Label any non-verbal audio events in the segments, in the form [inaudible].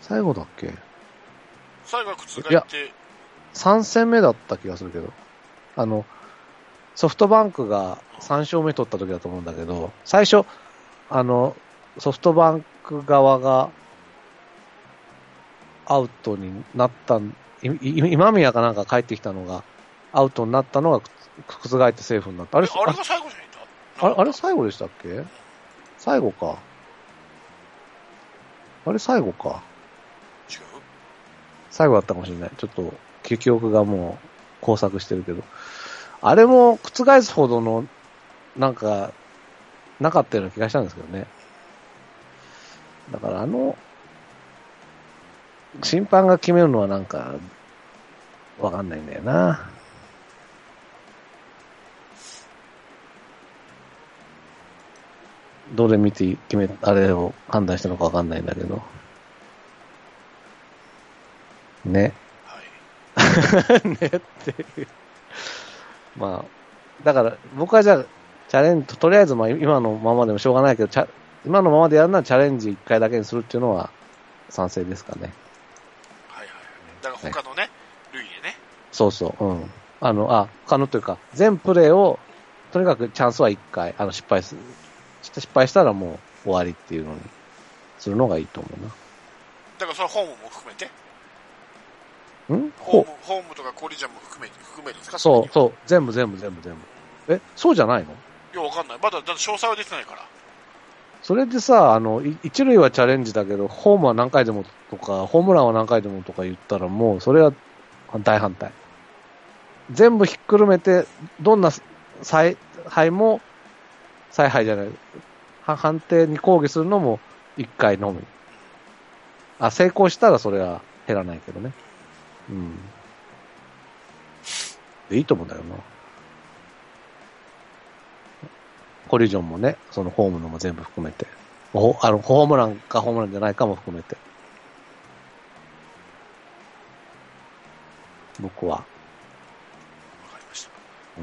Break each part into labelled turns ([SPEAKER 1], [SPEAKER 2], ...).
[SPEAKER 1] 最後だっけ
[SPEAKER 2] 最後は覆って、
[SPEAKER 1] 3戦目だった気がするけど、あの、ソフトバンクが3勝目取った時だと思うんだけど、最初、あの、ソフトバンク側がアウトになったん、いい今宮かなんか帰ってきたのが、アウトになったのがく覆ってセーフになった。
[SPEAKER 2] あ
[SPEAKER 1] あれ、
[SPEAKER 2] れ
[SPEAKER 1] あ
[SPEAKER 2] あ
[SPEAKER 1] れ
[SPEAKER 2] れが最後じゃないんだ
[SPEAKER 1] あれあれ最後でしたっけ最後か。あれ最後か。
[SPEAKER 2] 違う
[SPEAKER 1] 最後だったかもしれない。ちょっと、記記憶がもう、交錯してるけど。あれも、覆すほどの、なんか、なかったような気がしたんですけどね。だから、あの、審判が決めるのはなんか、わかんないんだよな。どれ見て決め、あれを判断したのかわかんないんだけど。ね。
[SPEAKER 2] はい。
[SPEAKER 1] ねっていう。まあ、だから僕はじゃあ、チャレンジ、とりあえずまあ今のままでもしょうがないけど、チャ今のままでやるならチャレンジ1回だけにするっていうのは賛成ですかね。
[SPEAKER 2] はいはいはい。だから他のね、類でね。
[SPEAKER 1] そうそう、うん。あの、あ、他のというか、全プレーを、とにかくチャンスは1回、あの失敗する。して失敗したらもう終わりっていうのにするのがいいと思
[SPEAKER 2] だからそれホームも含めて。
[SPEAKER 1] うな。ん
[SPEAKER 2] ホ
[SPEAKER 1] ほ
[SPEAKER 2] ーム、ホームとかコリジャンも含めて、含めるんですか
[SPEAKER 1] そう、
[SPEAKER 2] う。
[SPEAKER 1] そう、全部全部全部全部。え、そうじゃないの
[SPEAKER 2] いや、わかんない。まだ、だって詳細は出てないから。
[SPEAKER 1] それでさ、あの、い一塁はチャレンジだけど、ホームは何回でもとか、ホームランは何回でもとか言ったら、もう、それは大反対。全部ひっくるめて、どんな采配も、采配じゃない、は判定に抗議するのも1回のみ。あ、成功したらそれは減らないけどね。うん。でいいと思うんだよな。コリジョンもね、そのホームのも全部含めて。ほあの、ホームランかホームランじゃないかも含めて。僕は。
[SPEAKER 2] わかりました。
[SPEAKER 1] う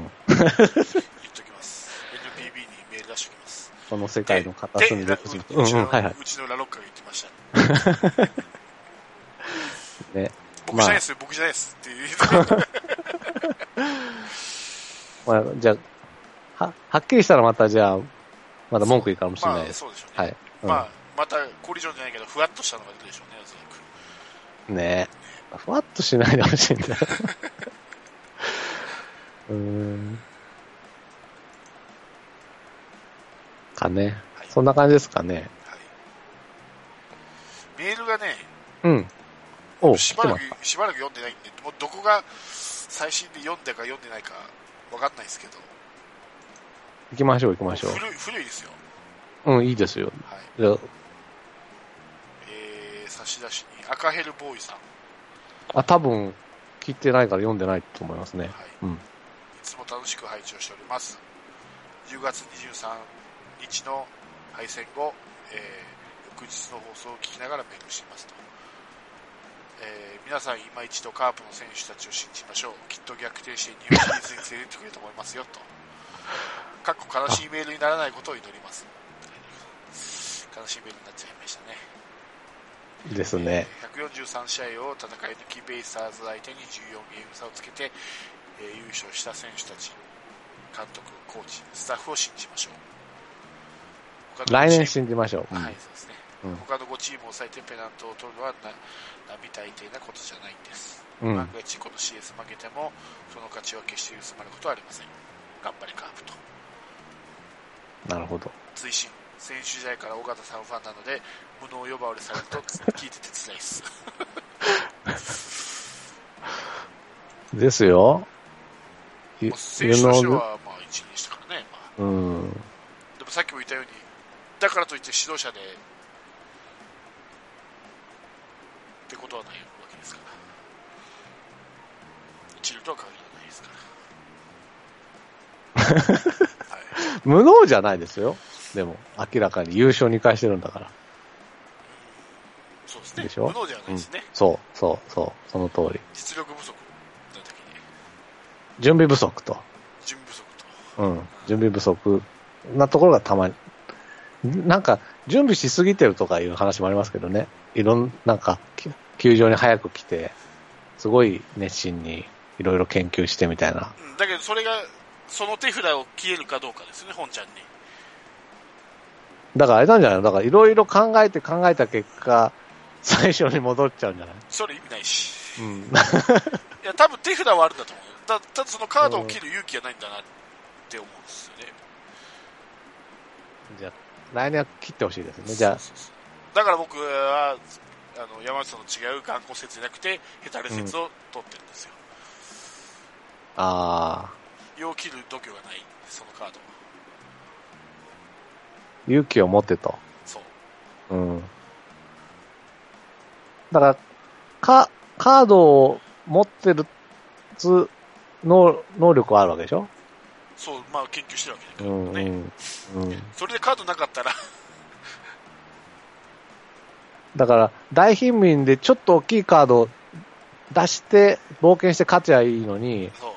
[SPEAKER 2] [laughs]
[SPEAKER 1] ん
[SPEAKER 2] 言っときます。NPB にメール出しておきます。
[SPEAKER 1] この世界の片隅
[SPEAKER 2] で
[SPEAKER 1] でくじ
[SPEAKER 2] う
[SPEAKER 1] うん
[SPEAKER 2] ち
[SPEAKER 1] うん、
[SPEAKER 2] の
[SPEAKER 1] はいは
[SPEAKER 2] うちのラロッカが言ってました。
[SPEAKER 1] い。ね。
[SPEAKER 2] 僕
[SPEAKER 1] まあ
[SPEAKER 2] じゃないですよ、僕じゃないですって言って。
[SPEAKER 1] まあ、じゃあ、は、はっきりしたらまたじゃあ、まだ文句言うかもしれ
[SPEAKER 2] ま
[SPEAKER 1] ない
[SPEAKER 2] あ、
[SPEAKER 1] です。
[SPEAKER 2] そうでしょうね。
[SPEAKER 1] はい。うん、
[SPEAKER 2] まあ、またコリジョンじゃないけど、ふわっとしたのが出るでしょうね、おそらく。
[SPEAKER 1] ねえ。ふわっとしないでほしいん
[SPEAKER 2] [laughs]
[SPEAKER 1] だよ。うーん。かね。
[SPEAKER 2] はい
[SPEAKER 1] そんな感じですかね。
[SPEAKER 2] はい。メールがね、
[SPEAKER 1] うん。おう、
[SPEAKER 2] し
[SPEAKER 1] 来
[SPEAKER 2] ば
[SPEAKER 1] て
[SPEAKER 2] ら
[SPEAKER 1] ま
[SPEAKER 2] く
[SPEAKER 1] す。、
[SPEAKER 2] しばらく読んでないんで、もうどこが最新で読んだか読んでないかわかんないですけど、
[SPEAKER 1] 行きましょう、行きましょ
[SPEAKER 2] 古い、古いですよ。
[SPEAKER 1] う。うん、いいですよ。
[SPEAKER 2] はい。
[SPEAKER 1] じゃ
[SPEAKER 2] えー、差し出しに、赤ヘルボーイさん。
[SPEAKER 1] あ、あ多分、聞いてないから読んでないと思いますね。
[SPEAKER 2] はい。
[SPEAKER 1] うん。
[SPEAKER 2] いつも楽しく拝聴しております。10月23日の配線後、えー翌日の放送を聞きながらメールしますと。えー皆さん今一度カープの選手たちを信じましょう。きっと逆転して日本シリーズに連れてってくれると思いますよと。かっこ悲しいメールにならないことを祈ります。悲しいメールになっちゃいましたね。
[SPEAKER 1] ですね。
[SPEAKER 2] 143試合を戦い抜きベイスターズ相手に14ゲーム差をつけて、えー優勝した選手たち監督コーチスタッフを信じましょう他の
[SPEAKER 1] 来年
[SPEAKER 2] チー
[SPEAKER 1] 信じましょう。
[SPEAKER 2] ムはいそうですね、
[SPEAKER 1] うん
[SPEAKER 2] 他の5チームを抑えてペナントを取るのはな並大抵なことじゃないんです、
[SPEAKER 1] うん
[SPEAKER 2] 万が一この CS 負けてもその勝ちは決して薄まることはありません頑張れカープと
[SPEAKER 1] なるほど。
[SPEAKER 2] 追伸選手時代から尾形さんファンなので無能呼ばわりされると聞いてて辛いです
[SPEAKER 1] ですよ。ゆ
[SPEAKER 2] まあ選手としてはまあ一流でしたからね、まあ、
[SPEAKER 1] ゆのうん。
[SPEAKER 2] でもさっきも言ったように、だからといって指導者でってことはないわけですから、一流とは限らないです [laughs] から。はい、
[SPEAKER 1] 無能じゃないですよ。でも、明らかに優勝2回してるんだから。
[SPEAKER 2] そうですね
[SPEAKER 1] でしょ
[SPEAKER 2] 無能ではないですね、
[SPEAKER 1] そう、そう、そう、その通り。
[SPEAKER 2] 実力不足なだけに、
[SPEAKER 1] 準備不足と。
[SPEAKER 2] 準備不足と、
[SPEAKER 1] うん。準備不足なところがたまに、なんか、準備しすぎてるとかいう話もありますけどね。いろん、なんか、き球場に早く来て、すごい熱心にいろいろ研究してみたいな。
[SPEAKER 2] うんだけどそれが、その手札を消えるかどうかですね、本ちゃんに。
[SPEAKER 1] だからあれなんじゃないのだからいろいろ考えて考えた結果、最初に戻っちゃうんじゃない
[SPEAKER 2] それ意味ないし。
[SPEAKER 1] うん。
[SPEAKER 2] いや、多分手札はあるんだと思うよ。だただそのカードを切る勇気がないんだなって思うんですよね。
[SPEAKER 1] [laughs] じゃあ来年は切ってほしいですね。じゃ
[SPEAKER 2] そうそうそうだから僕は、あの、山内さんの違う頑固説じゃなくて、ヘタレ説を取ってるんですよ。
[SPEAKER 1] あ、ああ、
[SPEAKER 2] よう切る度胸がないんで、そのカードは。
[SPEAKER 1] 勇気を持ってと。
[SPEAKER 2] そう。
[SPEAKER 1] うん。だから、か、カードを持ってるつ、能能力はあるわけでしょ
[SPEAKER 2] そう、まあ研究してるわけだけ
[SPEAKER 1] う
[SPEAKER 2] ど
[SPEAKER 1] ん、う
[SPEAKER 2] ね。
[SPEAKER 1] ん。うん。
[SPEAKER 2] それでカードなかったら、 [laughs]
[SPEAKER 1] だから、大貧民でちょっと大きいカードを出して、冒険して勝ちゃいいのに、
[SPEAKER 2] そう。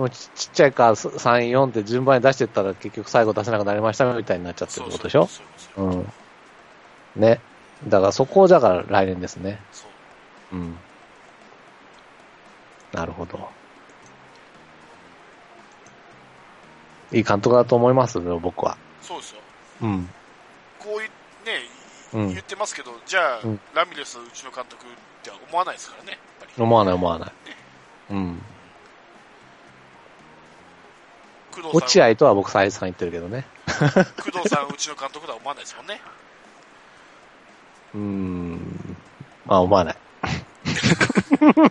[SPEAKER 1] もうちちっちゃいカード3、4って順番に出してったら結局最後出せなくなりましたみたいになっちゃってる
[SPEAKER 2] そ
[SPEAKER 1] っ
[SPEAKER 2] うそう
[SPEAKER 1] てことでしょ
[SPEAKER 2] そうそうそう
[SPEAKER 1] うん。ね。だからそこをだから来年ですね。
[SPEAKER 2] そう
[SPEAKER 1] うん。なるほど。いい監督だと思いますよ、僕は。
[SPEAKER 2] そうですよ。
[SPEAKER 1] うん。
[SPEAKER 2] こういね、
[SPEAKER 1] うん
[SPEAKER 2] 言ってますけど、じゃあ、
[SPEAKER 1] うん
[SPEAKER 2] ラミレスうちの監督っては思わないですからね、やっぱり。
[SPEAKER 1] 思わない思わない。うん。
[SPEAKER 2] 工藤
[SPEAKER 1] 落
[SPEAKER 2] さん、
[SPEAKER 1] 合とは僕再三言ってるけどね。
[SPEAKER 2] 工藤さんうちの監督とは思わないですもんね。
[SPEAKER 1] うーん。まあ
[SPEAKER 2] [laughs]
[SPEAKER 1] 思わない。
[SPEAKER 2] 迷ったな、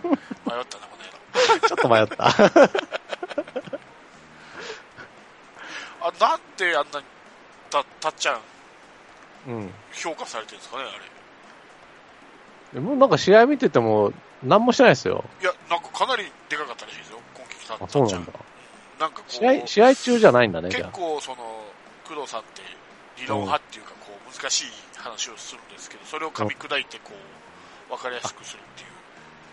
[SPEAKER 2] この野郎。
[SPEAKER 1] ちょっと迷った。
[SPEAKER 2] あ、なんであんなに、た、たっちゃん
[SPEAKER 1] うん。
[SPEAKER 2] 評価されてるんですかね、あれ。
[SPEAKER 1] でもなんか試合見てても何もしてないですよ。
[SPEAKER 2] いや、なんかかなりでかかったらしいですよ、今季たた
[SPEAKER 1] あ、
[SPEAKER 2] っちゃ
[SPEAKER 1] そ
[SPEAKER 2] ん。
[SPEAKER 1] うなんだ。
[SPEAKER 2] なんかこう、
[SPEAKER 1] 試合、試合中じゃないんだね、じ
[SPEAKER 2] 結
[SPEAKER 1] ゃあ。
[SPEAKER 2] 構その、工藤さんって理論派っていうか、こう、難しい話をするんですけど、それを噛み砕いて、こう、わかりやすくするっていう。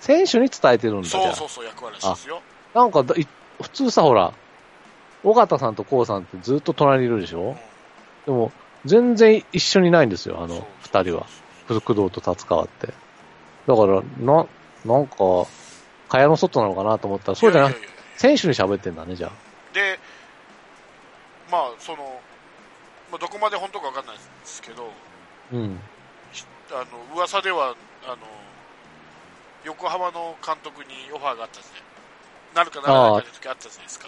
[SPEAKER 1] 選手に伝えてるんだ、じゃ
[SPEAKER 2] そう
[SPEAKER 1] あ
[SPEAKER 2] そうそう、役割らしいですよ。
[SPEAKER 1] なんかだい、普通さ、ほら、尾形さんとこうさんってずっと隣にいるでし
[SPEAKER 2] うん
[SPEAKER 1] ょでも、全然一緒にないんですよ、あ
[SPEAKER 2] そう
[SPEAKER 1] の、二人は。工藤と達川って。だから、な、なんか、蚊帳の外なのかなと思ったら、そうじゃな
[SPEAKER 2] い
[SPEAKER 1] く
[SPEAKER 2] やいやいや
[SPEAKER 1] 選手に喋ってんだね、じゃあ。
[SPEAKER 2] で、まあ、その、まあ、どこまで本当かわかんないですけど、
[SPEAKER 1] うん。
[SPEAKER 2] ひあの、噂では、あの、横浜の監督にオファーがあったんですね。なるかならないかって時あったじゃないですか。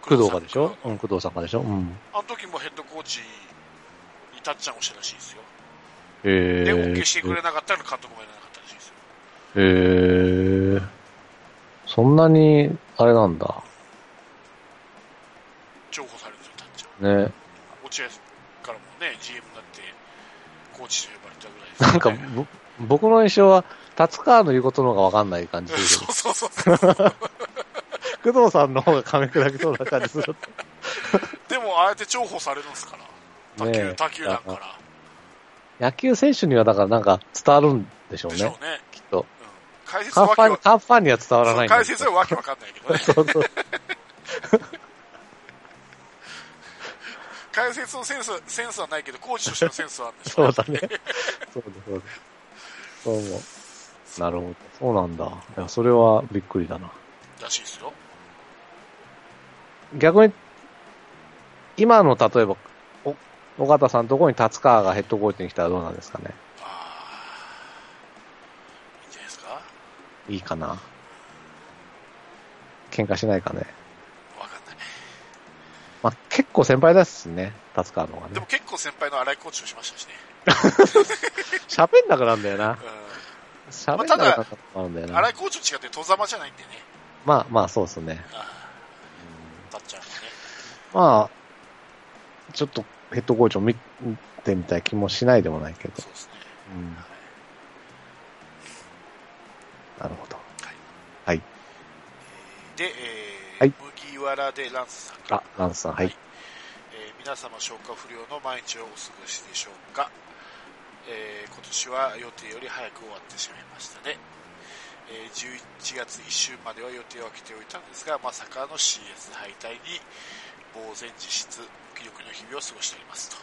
[SPEAKER 1] 工藤がでし
[SPEAKER 2] さ
[SPEAKER 1] ょ
[SPEAKER 2] ん
[SPEAKER 1] うん、工藤さんがでしょうん。
[SPEAKER 2] あの時もヘッドコーチにたっちゃんをしたらしいですよ。
[SPEAKER 1] へえ
[SPEAKER 2] で、OK してくれなかったら監督もやらなかったらしいですよ。
[SPEAKER 1] へーそんなに、あれなんだ。
[SPEAKER 2] 重宝されるんですよ、たっちゃん。
[SPEAKER 1] ね。
[SPEAKER 2] 落合からもね、GM になって、コーチと呼ばれたぐらいです
[SPEAKER 1] なんか、
[SPEAKER 2] ね
[SPEAKER 1] ぼ僕の印象は、達川の言うことの方がわかんない感じですけど
[SPEAKER 2] そうそうそうそう。
[SPEAKER 1] [laughs] 工藤さんの方が噛み砕きそうな感じする。
[SPEAKER 2] でも、あえて重宝されるんですから。卓球、
[SPEAKER 1] ねえ
[SPEAKER 2] 卓球なんから。
[SPEAKER 1] 野球選手にはだからなんか伝わるんでしょう
[SPEAKER 2] でしょ
[SPEAKER 1] ね、
[SPEAKER 2] うね。
[SPEAKER 1] きっと。
[SPEAKER 2] うん。解説
[SPEAKER 1] カ
[SPEAKER 2] は
[SPEAKER 1] ン
[SPEAKER 2] わ
[SPEAKER 1] フ
[SPEAKER 2] け
[SPEAKER 1] ァン、
[SPEAKER 2] わ
[SPEAKER 1] カンファンには伝わら
[SPEAKER 2] そ
[SPEAKER 1] な
[SPEAKER 2] う
[SPEAKER 1] いんだ
[SPEAKER 2] 解説はわけわかんないけどね。
[SPEAKER 1] そうそう。
[SPEAKER 2] 解説のセンス、センスはないけど、コーチとしてのセンスはあるんでしょ
[SPEAKER 1] そうだね。 [laughs] そうだ、そうだ。そう思う。なるほど。そうなんだ。いや、それはびっくりだな。
[SPEAKER 2] らしいですよ。
[SPEAKER 1] 逆に、今の例えば、お、尾形さんのところに達川がヘッドコーチに来たらどうなんですかね。
[SPEAKER 2] あーいいんじゃないですか
[SPEAKER 1] いいかな。喧嘩しないかね。
[SPEAKER 2] わかんない。
[SPEAKER 1] まあ、結構先輩だしね、達川の方が
[SPEAKER 2] で
[SPEAKER 1] ね
[SPEAKER 2] も。結構先輩の荒井コーチをしましたしね。
[SPEAKER 1] 喋んなくなるんだよな。
[SPEAKER 2] う
[SPEAKER 1] 喋んなくなるんだよ
[SPEAKER 2] ん。
[SPEAKER 1] な
[SPEAKER 2] 荒。井コーチと違って、戸ざまじゃないんでね。
[SPEAKER 1] まあまあ、そうですね。
[SPEAKER 2] あーたっちゃんもね。
[SPEAKER 1] まあ、ちょっとヘッドコーチを見てみたい気もしないでもないけど。
[SPEAKER 2] そうですね。
[SPEAKER 1] うん
[SPEAKER 2] はい
[SPEAKER 1] なるほど。
[SPEAKER 2] はい。
[SPEAKER 1] はい。
[SPEAKER 2] で、えー
[SPEAKER 1] はい
[SPEAKER 2] 麦わらでランスさんから
[SPEAKER 1] あ、ランスさん、はい。
[SPEAKER 2] えー皆様消化不良の毎日をお過ごしでしょうか、えー今年は予定より早く終わってしまいましたね、えー11月1週までは予定を空けておいたんですがまさかの CS 敗退に呆然自失無気力の日々を過ごしておりますと、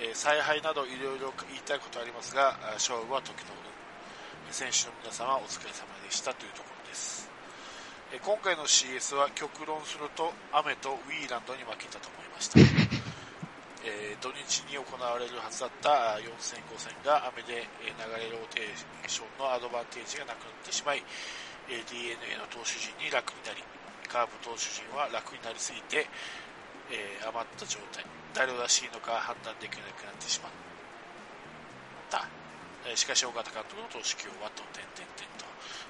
[SPEAKER 2] えー采配などいろいろ言いたいことありますが、あ勝負は時の運選手の皆様お疲れ様でしたというところです。えー今回の CS は極論すると雨とウィーランドに負けたと思いました。えー土日に行われるはずだったあー4戦5戦が雨でえー流れローテーションのアドバンテージがなくなってしまい、え d n a の投手陣に楽になりカープ投手陣は楽になりすぎて、えー余った状態誰を出していいのか判断できなくなってしまった、えーしかし尾形監督の投手起用はと点々点と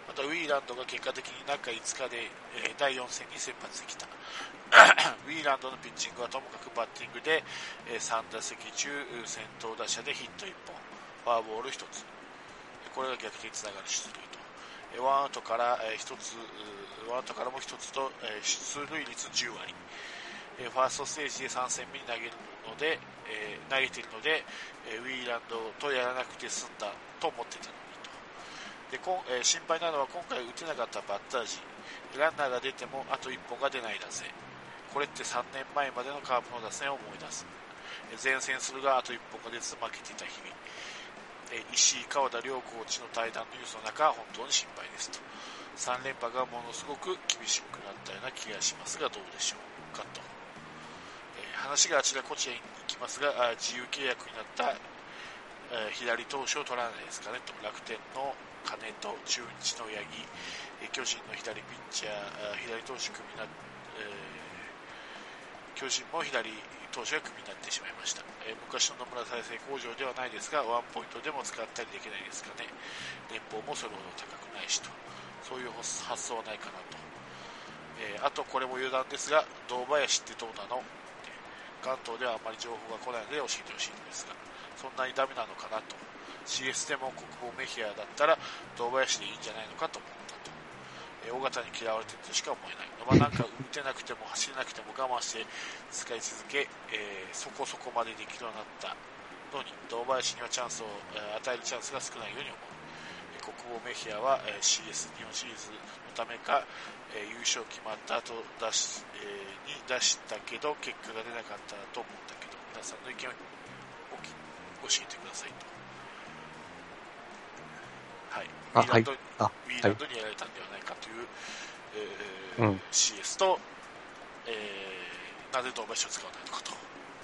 [SPEAKER 2] またウィーランドが結果的に中5日で、えー第4戦に先発できた [coughs] ウィーランドのピッチングはともかくバッティングで、え3打席中先頭打者でヒット1本フォアボール1つこれが逆転につながる出塁とえーワンアウトからえー一つ、うーワンアウトからも一つと、えー出塁率10割。えーファーストステージで3戦目に投げるので、えー投げているので、えーウィーランドとやらなくて済んだと思ってたのにと。でこんえー心配なのは今回打てなかったバッター陣。ランナーが出てもあと1本が出ない打線。これって3年前までのカープの打線を思い出す。えー前線するがあと1本が出ず負けていた日々。えー石井川田両コーチの対談のニュースの中本当に心配ですと3連覇がものすごく厳しくなったような気がしますがどうでしょうかと、えー話があちらこちらに行きますがあー自由契約になった、えー左投手を取らないですかねと楽天の金と中日の八木えー巨人の左ピッチャーあー左投手組になっ、えー巨人も左投手がクビになってしまいました、えー昔の野村再生工場ではないですがワンポイントでも使ったりできないですかね年俸もそれほど高くないしとそういう発想はないかなと、えーあとこれも余談ですが堂林ってどうなのって関東ではあまり情報が来ないので教えてほしいのですがそんなにダメなのかなと CS でも国防メヒアだったら堂林でいいんじゃないのかと思ったとえー尾形に嫌われてるとしか思えない野間なんか打てなくても走れなくても我慢して使い続け、えーそこそこまでできるようになったのに堂林にはチャンスを、えー与えるチャンスが少ないように思う、えー国防メヒアは、えー CS 日本シリーズのためか、えー優勝決まった後出し、えーに出したけど結果が出なかったと思うんだけど皆さんの意見をおき教えてくださいとはい
[SPEAKER 1] あ
[SPEAKER 2] ウィーランドウィーラ
[SPEAKER 1] はいあ
[SPEAKER 2] ンドにやられたんではないかという、えー
[SPEAKER 1] うん
[SPEAKER 2] CS と、えーなぜ堂林を使わないのか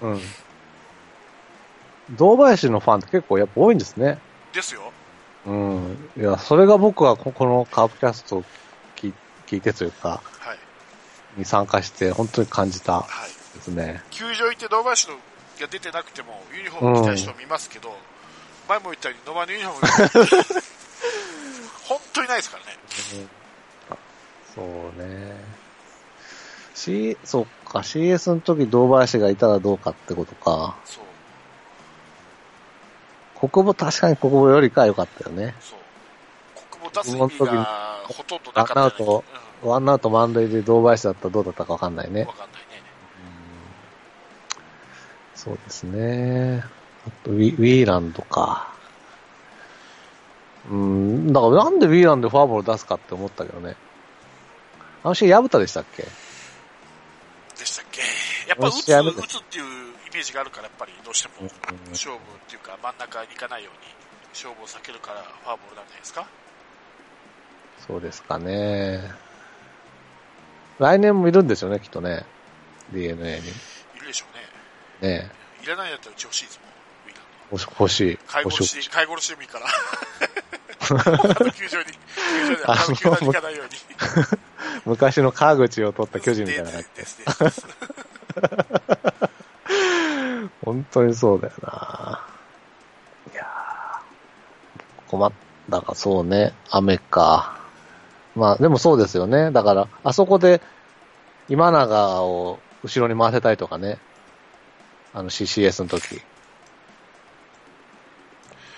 [SPEAKER 2] と。
[SPEAKER 1] うん。堂林のファンって結構やっぱ多いんですね。
[SPEAKER 2] ですよ。
[SPEAKER 1] うん。いや、それが僕はここのカープキャストを聞い聞いてというか、
[SPEAKER 2] はい。
[SPEAKER 1] に参加して本当に感じた
[SPEAKER 2] はい。
[SPEAKER 1] ですね。
[SPEAKER 2] 球場行って堂林のが出てなくても、ユニフォーム着た人見ますけど、前も言ったように野間のユニフォーム着た人
[SPEAKER 1] [laughs]
[SPEAKER 2] 本当にないですからね。
[SPEAKER 1] そうね。C、そっか、CS の時堂林がいたらどうかってことか。
[SPEAKER 2] そう。
[SPEAKER 1] 国母、確かに国母よりかは良かったよね。
[SPEAKER 2] そう。国母出す意味がほとんどなかった
[SPEAKER 1] ランア
[SPEAKER 2] よ
[SPEAKER 1] ウ
[SPEAKER 2] ね
[SPEAKER 1] ト、ワンアウト満塁で堂林だったらどうだったかわかんない
[SPEAKER 2] うん。
[SPEAKER 1] ね
[SPEAKER 2] わ。かんないね。
[SPEAKER 1] そうですね。あとウィウィーランドか。うん、だからなんでウィーランドでフォアボール出すかって思ったけどね。あの試合、矢蓋でしたっけ
[SPEAKER 2] でしたっけやっぱ打つ、
[SPEAKER 1] 試合目で
[SPEAKER 2] 打つっていうイメージがあるから、やっぱりどうしても
[SPEAKER 1] うん
[SPEAKER 2] 勝負っていうか真ん中に行かないように勝負を避けるからフォアボールなんじゃないですか
[SPEAKER 1] そうですかね。来年もいるんでしょうね、きっとね。DNA に。
[SPEAKER 2] いるでしょうね。
[SPEAKER 1] ね
[SPEAKER 2] いらないんだったらうち欲しいですもん、ウィーランド。
[SPEAKER 1] 欲し欲しい。
[SPEAKER 2] 買い
[SPEAKER 1] 欲
[SPEAKER 2] 殺
[SPEAKER 1] しい。
[SPEAKER 2] し、買い殺しでもいいから。
[SPEAKER 1] [laughs]
[SPEAKER 2] 他の球場に、球場で、
[SPEAKER 1] あ
[SPEAKER 2] 他の球団に行かないように。
[SPEAKER 1] 昔の川口を取った巨人みたいな
[SPEAKER 2] で
[SPEAKER 1] 感
[SPEAKER 2] で
[SPEAKER 1] じ。
[SPEAKER 2] ですですです
[SPEAKER 1] 本当にそうだよな。いやー困ったか、そうね。雨か。まあ、でもそうですよね。だから、あそこで、今永を後ろに回せたいとかね。あの CCS の時。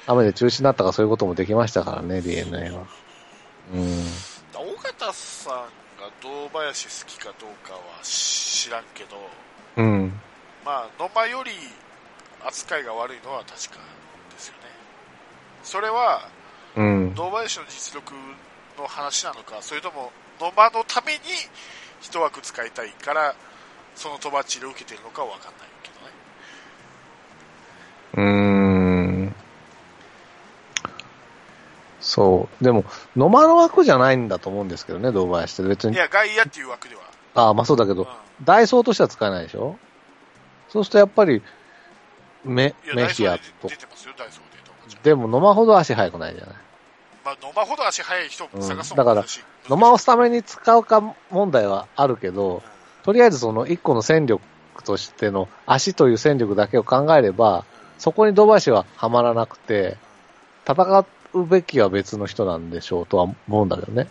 [SPEAKER 1] 雨で中止になったからそういうこともできましたからね、DNA は。うん。
[SPEAKER 2] 尾形さんが堂林好きかどうかは知らんけど、
[SPEAKER 1] うん。
[SPEAKER 2] まあ、野間より扱いが悪いのは確かですよね。それは、
[SPEAKER 1] うん。
[SPEAKER 2] 堂林の実力の話なのか、それとも野間のために一枠使いたいから、そのとばっちりを受けてるのかは分かんないけどね。
[SPEAKER 1] そう。でも、野間の枠じゃないんだと思うんですけどね、堂林って。別
[SPEAKER 2] い
[SPEAKER 1] に。
[SPEAKER 2] や、外野っていう枠では。
[SPEAKER 1] ああ、まあそうだけど、
[SPEAKER 2] う
[SPEAKER 1] ダイソーとしては使えないでしょそうするとやっぱり、メ
[SPEAKER 2] ん、いや、
[SPEAKER 1] メ
[SPEAKER 2] ダイソ
[SPEAKER 1] ヒア
[SPEAKER 2] ーで
[SPEAKER 1] と
[SPEAKER 2] 出。てますよ、ダイソーで。友ちゃん
[SPEAKER 1] でも野間ほど足速くないじゃない。
[SPEAKER 2] まあ、野間ほど足速い人も探す
[SPEAKER 1] うんだ
[SPEAKER 2] のも
[SPEAKER 1] から
[SPEAKER 2] 難しい。
[SPEAKER 1] 野間をスタメンに使うか問題はあるけど、とりあえずその一個の戦力としての足という戦力だけを考えれば、そこに土橋ははまらなくて、戦うべきは別の人なんでしょうとは思うんだけどね。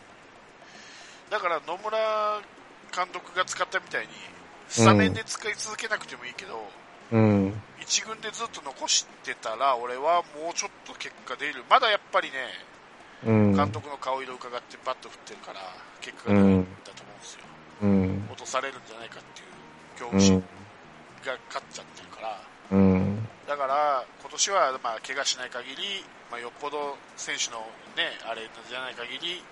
[SPEAKER 2] だから野村監督が使ったみたいに、スタメンで使い続けなくてもいいけど、
[SPEAKER 1] うん。
[SPEAKER 2] 一軍でずっと残してたら、俺はもうちょっと結果出る。まだやっぱりね、
[SPEAKER 1] うん。
[SPEAKER 2] 監督の顔色を伺ってバット振ってるから、結果が出るんだと思うんですよ。
[SPEAKER 1] うん。
[SPEAKER 2] 落とされるんじゃないかっていう恐
[SPEAKER 1] う
[SPEAKER 2] 怖心
[SPEAKER 1] ん。
[SPEAKER 2] が勝っちゃってるから、
[SPEAKER 1] うん。
[SPEAKER 2] だから今年はまあ怪我しない限り、まあ、よっぽど選手のね、あれじゃない限り、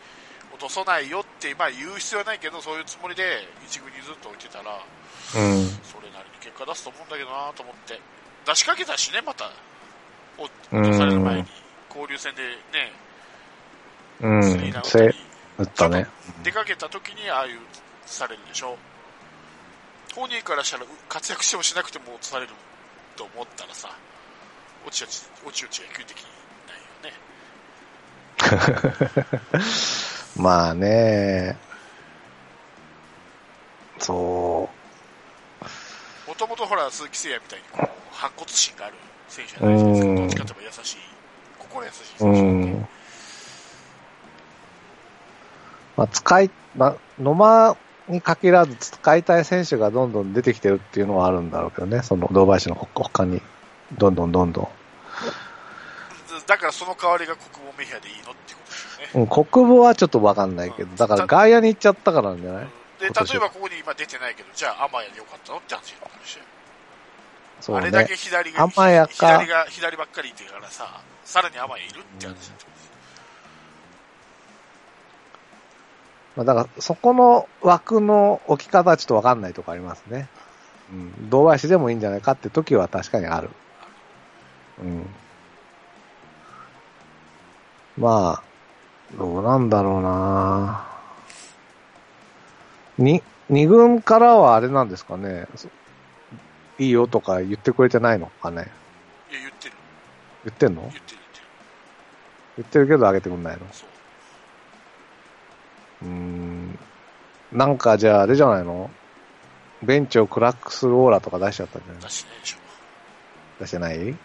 [SPEAKER 2] 落とさないよって、まあ言う必要はないけど、そういうつもりで一軍にずっと置いてたら、
[SPEAKER 1] うん。
[SPEAKER 2] それなりに結果出すと思うんだけどなと思って。出しかけたしね、また。お
[SPEAKER 1] うん
[SPEAKER 2] 落とされる前に。交流戦でね、
[SPEAKER 1] う
[SPEAKER 2] スリーラウンド
[SPEAKER 1] ん。
[SPEAKER 2] に
[SPEAKER 1] せ、打ったね。
[SPEAKER 2] 出かけた時にああいう、されるでしょ。本人からしたらう活躍してもしなくても落とされると思ったらさ、おちおち、おちおち野球できないよね。
[SPEAKER 1] まあね。そ
[SPEAKER 2] もともとほら、鈴木誠也みたいにこう、反骨心がある選手じゃないです
[SPEAKER 1] う
[SPEAKER 2] か。
[SPEAKER 1] ん。
[SPEAKER 2] どっちかといえば優しい、心優しいう選
[SPEAKER 1] う
[SPEAKER 2] 手なんで。
[SPEAKER 1] ん。まあ、使い、まあ、野間に限らず使いたい選手がどんどん出てきてるっていうのはあるんだろうけどね。その、堂林のほ他に、どんどんどんどん。
[SPEAKER 2] だからその代わりが国防メヒアでいいのってことですよね。
[SPEAKER 1] うん、国防はちょっとわかんないけど、だから外野に行っちゃったからなんじゃない
[SPEAKER 2] で、
[SPEAKER 1] 今年
[SPEAKER 2] 例えばここに今出てないけど、じゃあ、アマヤでよかったのって話になるし、
[SPEAKER 1] そう
[SPEAKER 2] あれだ
[SPEAKER 1] ね
[SPEAKER 2] け。左が、
[SPEAKER 1] アマヤか
[SPEAKER 2] 左が、左ばっかりいてからさ、さらにアマヤいるって話になってくる
[SPEAKER 1] まあ、だから、そこの枠の置き方はちょっとわかんないとこありますね。うん。堂林でもいいんじゃないかって時は確かにある。うん。まあ、どうなんだろうなに、二軍からはあれなんですかね。そいいよとか言ってくれてないのかね。
[SPEAKER 2] いや、言ってる、
[SPEAKER 1] 言ってんの
[SPEAKER 2] 言ってる、言ってる。
[SPEAKER 1] 言ってるけど上げてくんないの。
[SPEAKER 2] そう。
[SPEAKER 1] うーんなんかじゃああれじゃないのベンチを暗くするオーラとか出しちゃったんじゃない
[SPEAKER 2] 出してないでしょ。
[SPEAKER 1] 出してない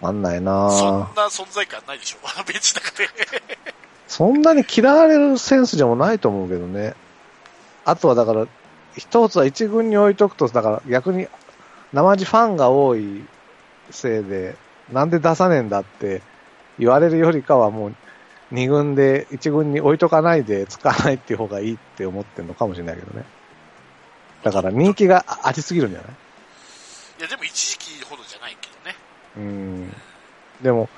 [SPEAKER 1] あんないな
[SPEAKER 2] そん
[SPEAKER 1] ぁ。
[SPEAKER 2] な存在感ないでしょ。あのベンチの中で。 [laughs]
[SPEAKER 1] そんなに嫌われるセンスでもないと思うけどね。あとはだから、一つは一軍に置いとくと、だから逆に、生地ファンが多いせいで、なんで出さねえんだって言われるよりかはもう、二軍で一軍に置いとかないで使わないっていう方がいいって思ってるのかもしれないけどね。だから人気があありすぎるんじゃない
[SPEAKER 2] いや、でも一時期ほどじゃないけどね。
[SPEAKER 1] うん。でも、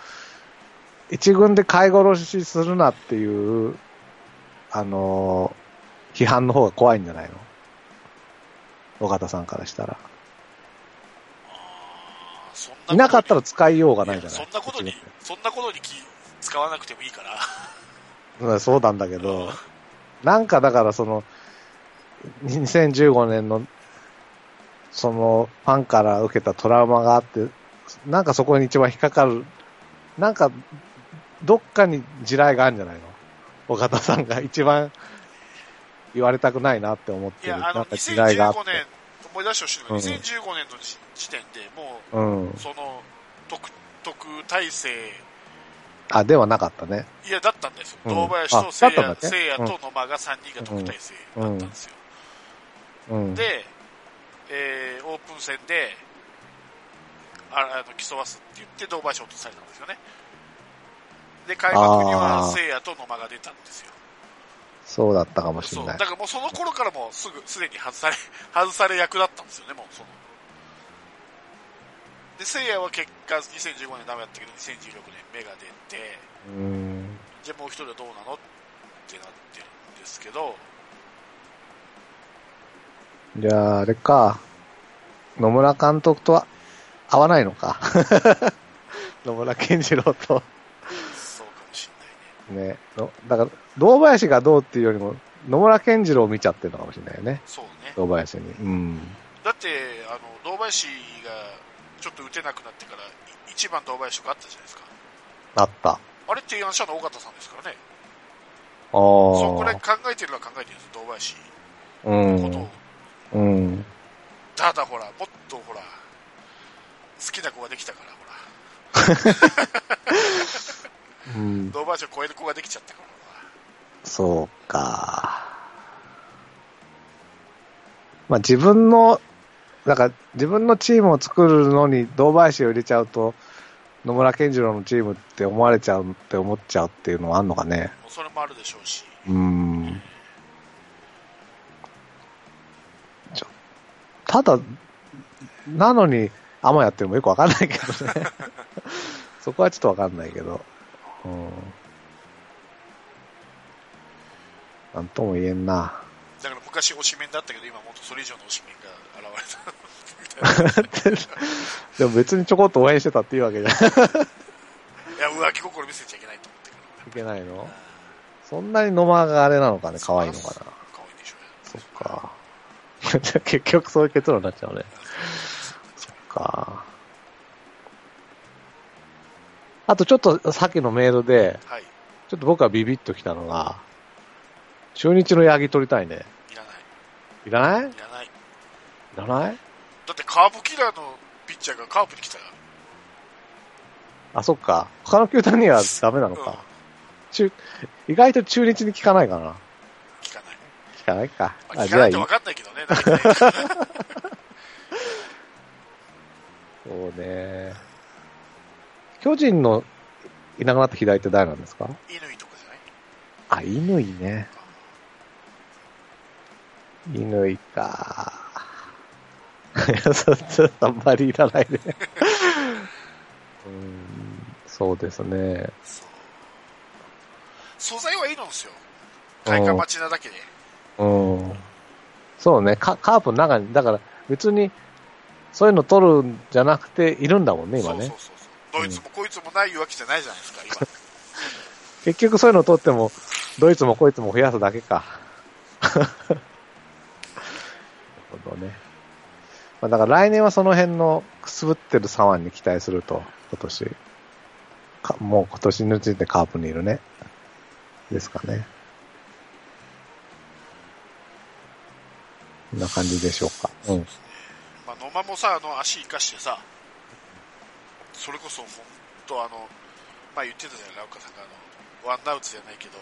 [SPEAKER 1] 一軍で買い殺しするなっていう、あのー批判の方が怖いんじゃないの尾形さんからしたら。
[SPEAKER 2] あそん
[SPEAKER 1] いなかったら
[SPEAKER 2] こと
[SPEAKER 1] 使いようがない
[SPEAKER 2] に
[SPEAKER 1] じゃない
[SPEAKER 2] いやそんなことに
[SPEAKER 1] 一軍、
[SPEAKER 2] そんなことに気使わなくてもいいから。
[SPEAKER 1] うんそうなんだけど、なんかだからその、2015年の、その、ファンから受けたトラウマがあって、なんかそこに一番引っかかる、なんか、どっかに地雷があるんじゃないの岡田さんが一番言われたくないなって思って
[SPEAKER 2] い
[SPEAKER 1] る。
[SPEAKER 2] や、
[SPEAKER 1] な
[SPEAKER 2] あ
[SPEAKER 1] んか
[SPEAKER 2] の、
[SPEAKER 1] 地雷があっ
[SPEAKER 2] 2015
[SPEAKER 1] て。
[SPEAKER 2] 年、思い出してほしいのが、
[SPEAKER 1] うん
[SPEAKER 2] 2015年の時時点でも
[SPEAKER 1] うん
[SPEAKER 2] う、。その、特、特体制、
[SPEAKER 1] あ、ではなかったね。
[SPEAKER 2] いや、だったんですよ。
[SPEAKER 1] うん
[SPEAKER 2] 堂林
[SPEAKER 1] あ
[SPEAKER 2] と聖
[SPEAKER 1] だったんだっ
[SPEAKER 2] 夜、
[SPEAKER 1] け
[SPEAKER 2] 聖夜と野間が3人が特体制だったんですよ。
[SPEAKER 1] うん。
[SPEAKER 2] で、えー、オープン戦で、ああの、競わすって言って、堂林を落とされたんですよね。で、開幕には
[SPEAKER 1] あー
[SPEAKER 2] 聖夜と野間が出たんですよ。
[SPEAKER 1] そうだったかもし
[SPEAKER 2] そ
[SPEAKER 1] れ
[SPEAKER 2] う。
[SPEAKER 1] な
[SPEAKER 2] だ
[SPEAKER 1] い。
[SPEAKER 2] からもうその頃からもうすぐ、すでに外され、 [laughs] 外され役だったんですよね、もうその。で、聖夜は結果2015年ダメだったけど、2016年目が出て、
[SPEAKER 1] うん。
[SPEAKER 2] じゃあもう一人はどうなのってなってるんですけど、
[SPEAKER 1] じゃあ、あれか。野村監督とは合わないのか。 [laughs] 野村健次郎と、
[SPEAKER 2] そうかもしんないね。
[SPEAKER 1] ね、のだから、堂林がどうっていうよりも、野村健次郎を見ちゃってるのかもしれないよね。
[SPEAKER 2] そうね。
[SPEAKER 1] 堂林に。うん。
[SPEAKER 2] だって、あの、堂林がちょっと打てなくなってから、い一番堂林とかあったじゃないですか。
[SPEAKER 1] あった。あ
[SPEAKER 2] あれ提案したの尾形さんですからね。
[SPEAKER 1] あ。
[SPEAKER 2] そこら辺考えてるのは考えてるんです、堂林
[SPEAKER 1] う
[SPEAKER 2] のことを
[SPEAKER 1] ん。。うん。
[SPEAKER 2] ただほら、もっとほら、好きな子ができたから、ほら、
[SPEAKER 1] うん。
[SPEAKER 2] 堂林を超える子ができちゃったから、ほら。
[SPEAKER 1] そうか。まあ自分の、なんか自分のチームを作るのに堂林を入れちゃうと、野村健次郎のチームって思われちゃうって思っちゃうっていうのはあんのかね。
[SPEAKER 2] もうそれもあるでしょうし、
[SPEAKER 1] うん。ちょただ、なのに、アマやってるのもよくわかんないけどね。 [laughs] そこはちょっとわかんないけど。うん。なんとも言えんな。
[SPEAKER 2] だから昔推しメンだったけど、今もっとそれ以上の推しメンが現れた。みたい
[SPEAKER 1] でも別にちょこっと応援してたっていうわけじゃい
[SPEAKER 2] な。 [laughs] いや、浮気心見せちゃいけないと思ってるから。
[SPEAKER 1] けないのそんなに野間があれなのかね、可愛いのかな。
[SPEAKER 2] 可愛いでしょう
[SPEAKER 1] そっか。 [laughs] 結局そういう結論になっちゃうね。そっか。あとちょっとさっきのメールで、
[SPEAKER 2] ね。はい。
[SPEAKER 1] ちょっと僕はビビッときたのが、中日のヤギ取りたいね。
[SPEAKER 2] いらない。
[SPEAKER 1] いらないい
[SPEAKER 2] いらない。
[SPEAKER 1] らない
[SPEAKER 2] だってカーブキラーのピッチャーがカープに来たら、
[SPEAKER 1] あ、そっか。他の球団にはダメなのか。中、意外と中日に効かないかな。
[SPEAKER 2] 聞かない。
[SPEAKER 1] 効かないか。
[SPEAKER 2] まあ、聞
[SPEAKER 1] あ、じ
[SPEAKER 2] か
[SPEAKER 1] ゃ
[SPEAKER 2] な
[SPEAKER 1] あ
[SPEAKER 2] いっ
[SPEAKER 1] いい
[SPEAKER 2] て。分かんないけどね。だってね
[SPEAKER 1] そうね。巨人のいなくなった左って誰なんですか
[SPEAKER 2] 乾とかじゃない
[SPEAKER 1] あ、乾ね。乾か。 [laughs] いや、そちょっとあんまりいらないね。うん、そうですね。
[SPEAKER 2] そう。素材はいいのですよ。開花町なだけで。
[SPEAKER 1] うん。そうね、カカープの中に、だから別に、そういうの取るんじゃなくて、いるんだもんね、今
[SPEAKER 2] そ
[SPEAKER 1] ね。
[SPEAKER 2] うそうそうそう。どいつもこいつもないわけじゃないじゃないですか、今。
[SPEAKER 1] 結局そういうの取っても、ドイツもこいつも増やすだけか。なるほどね。まあ、だから来年はその辺のくすぶってる左腕に期待すると、今年。かもう今年のうちでカープにいるね。ですかね。こんな感じでしょうか。うん。
[SPEAKER 2] ま
[SPEAKER 1] [laughs]
[SPEAKER 2] あ、野間もさ、あの、足生かしてさ、それこそ、ほんとあの、まあ言ってたじゃない、ラウカさんが、あの、ワンアウトじゃないけど、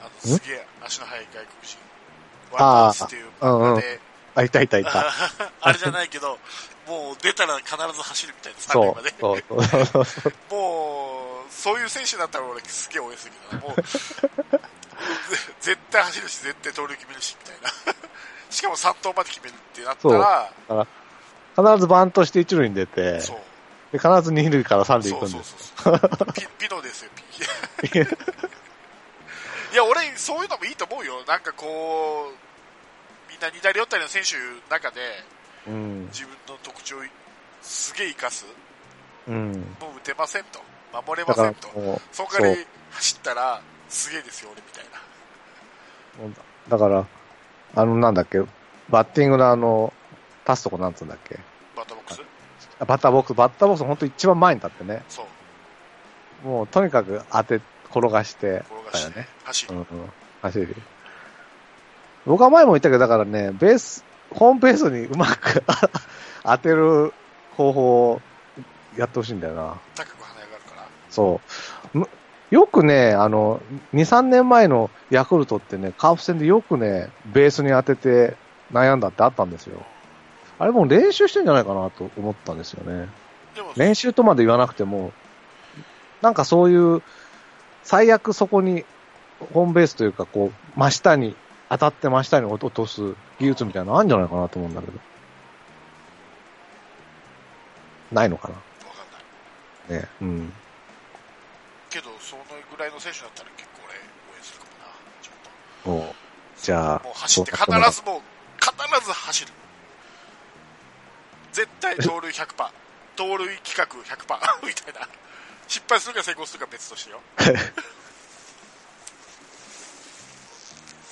[SPEAKER 2] あの、すげえ足の速い外国人、ワンアウトっていう漫画で、
[SPEAKER 1] あ、いたいたいた。
[SPEAKER 2] [laughs] あれじゃないけど、もう出たら必ず走るみたいな、三
[SPEAKER 1] そ
[SPEAKER 2] 塁
[SPEAKER 1] う
[SPEAKER 2] まで。。
[SPEAKER 1] そうそうそうそう。
[SPEAKER 2] もう、そういう選手だったら俺すげえ応援するけどな、もう、ぜ絶対走るし、絶対盗塁決めるし、みたいな。 [laughs] しかも3投まで決めるってなったら、
[SPEAKER 1] [laughs] 必ずバントして一塁に出て、
[SPEAKER 2] そう。
[SPEAKER 1] で必ず二塁から三塁
[SPEAKER 2] そう
[SPEAKER 1] 行くん
[SPEAKER 2] そう
[SPEAKER 1] です。
[SPEAKER 2] そうそう。ピピ [laughs] ノですよ、ピいや、俺、そういうのもいいと思うよ。なんかこう、みんな左寄ったりの選手の中で、
[SPEAKER 1] [laughs] うん。
[SPEAKER 2] 自分の特徴をすげえ生かす。
[SPEAKER 1] うん。
[SPEAKER 2] もう打てませんと。守れま
[SPEAKER 1] だ
[SPEAKER 2] せ
[SPEAKER 1] か
[SPEAKER 2] んと。
[SPEAKER 1] ら、もう、
[SPEAKER 2] そんからい走ったら、すげえですよ、俺みたいな。
[SPEAKER 1] だから、あの、なんだっけ、バッティングのあの、立つとこなんつうんだっけ。
[SPEAKER 2] バッターボックス
[SPEAKER 1] あバッターボックス、バッターボックスの本当一番前に立ってね、
[SPEAKER 2] そう。
[SPEAKER 1] もうとにかく当て、転がして、
[SPEAKER 2] 転がして、
[SPEAKER 1] だよね
[SPEAKER 2] 走
[SPEAKER 1] う
[SPEAKER 2] る。
[SPEAKER 1] んうん、走る。僕は前も言ったけど、だからね、ベース、ホームベースにうまく [laughs] 当てる方法をやってほしいんだよな。
[SPEAKER 2] 高く跳ね上がるから。
[SPEAKER 1] そう。むよくね、あの、2、3年前のヤクルトってね、カープ戦でよくね、ベースに当てて悩んだってあったんですよ。あれもう練習してんじゃないかなと思ったんですよね。
[SPEAKER 2] でも、
[SPEAKER 1] 練習とまで言わなくても、なんかそういう、最悪そこに、ホームベースというか、こう、真下に、当たって真下に落とす技術みたいなのあるんじゃないかなと思うんだけど。ないのか
[SPEAKER 2] わかんない。
[SPEAKER 1] なね。うん。
[SPEAKER 2] けど、そのぐらいの選手だったら結構俺、応援するかもな。ちょっと。
[SPEAKER 1] もう、じゃあ、
[SPEAKER 2] もう走って、
[SPEAKER 1] そう
[SPEAKER 2] 必ずもう、必ず走る。絶対盗塁100%。盗塁企画100%み [laughs] たいな。失敗するか成功するか別としてよ。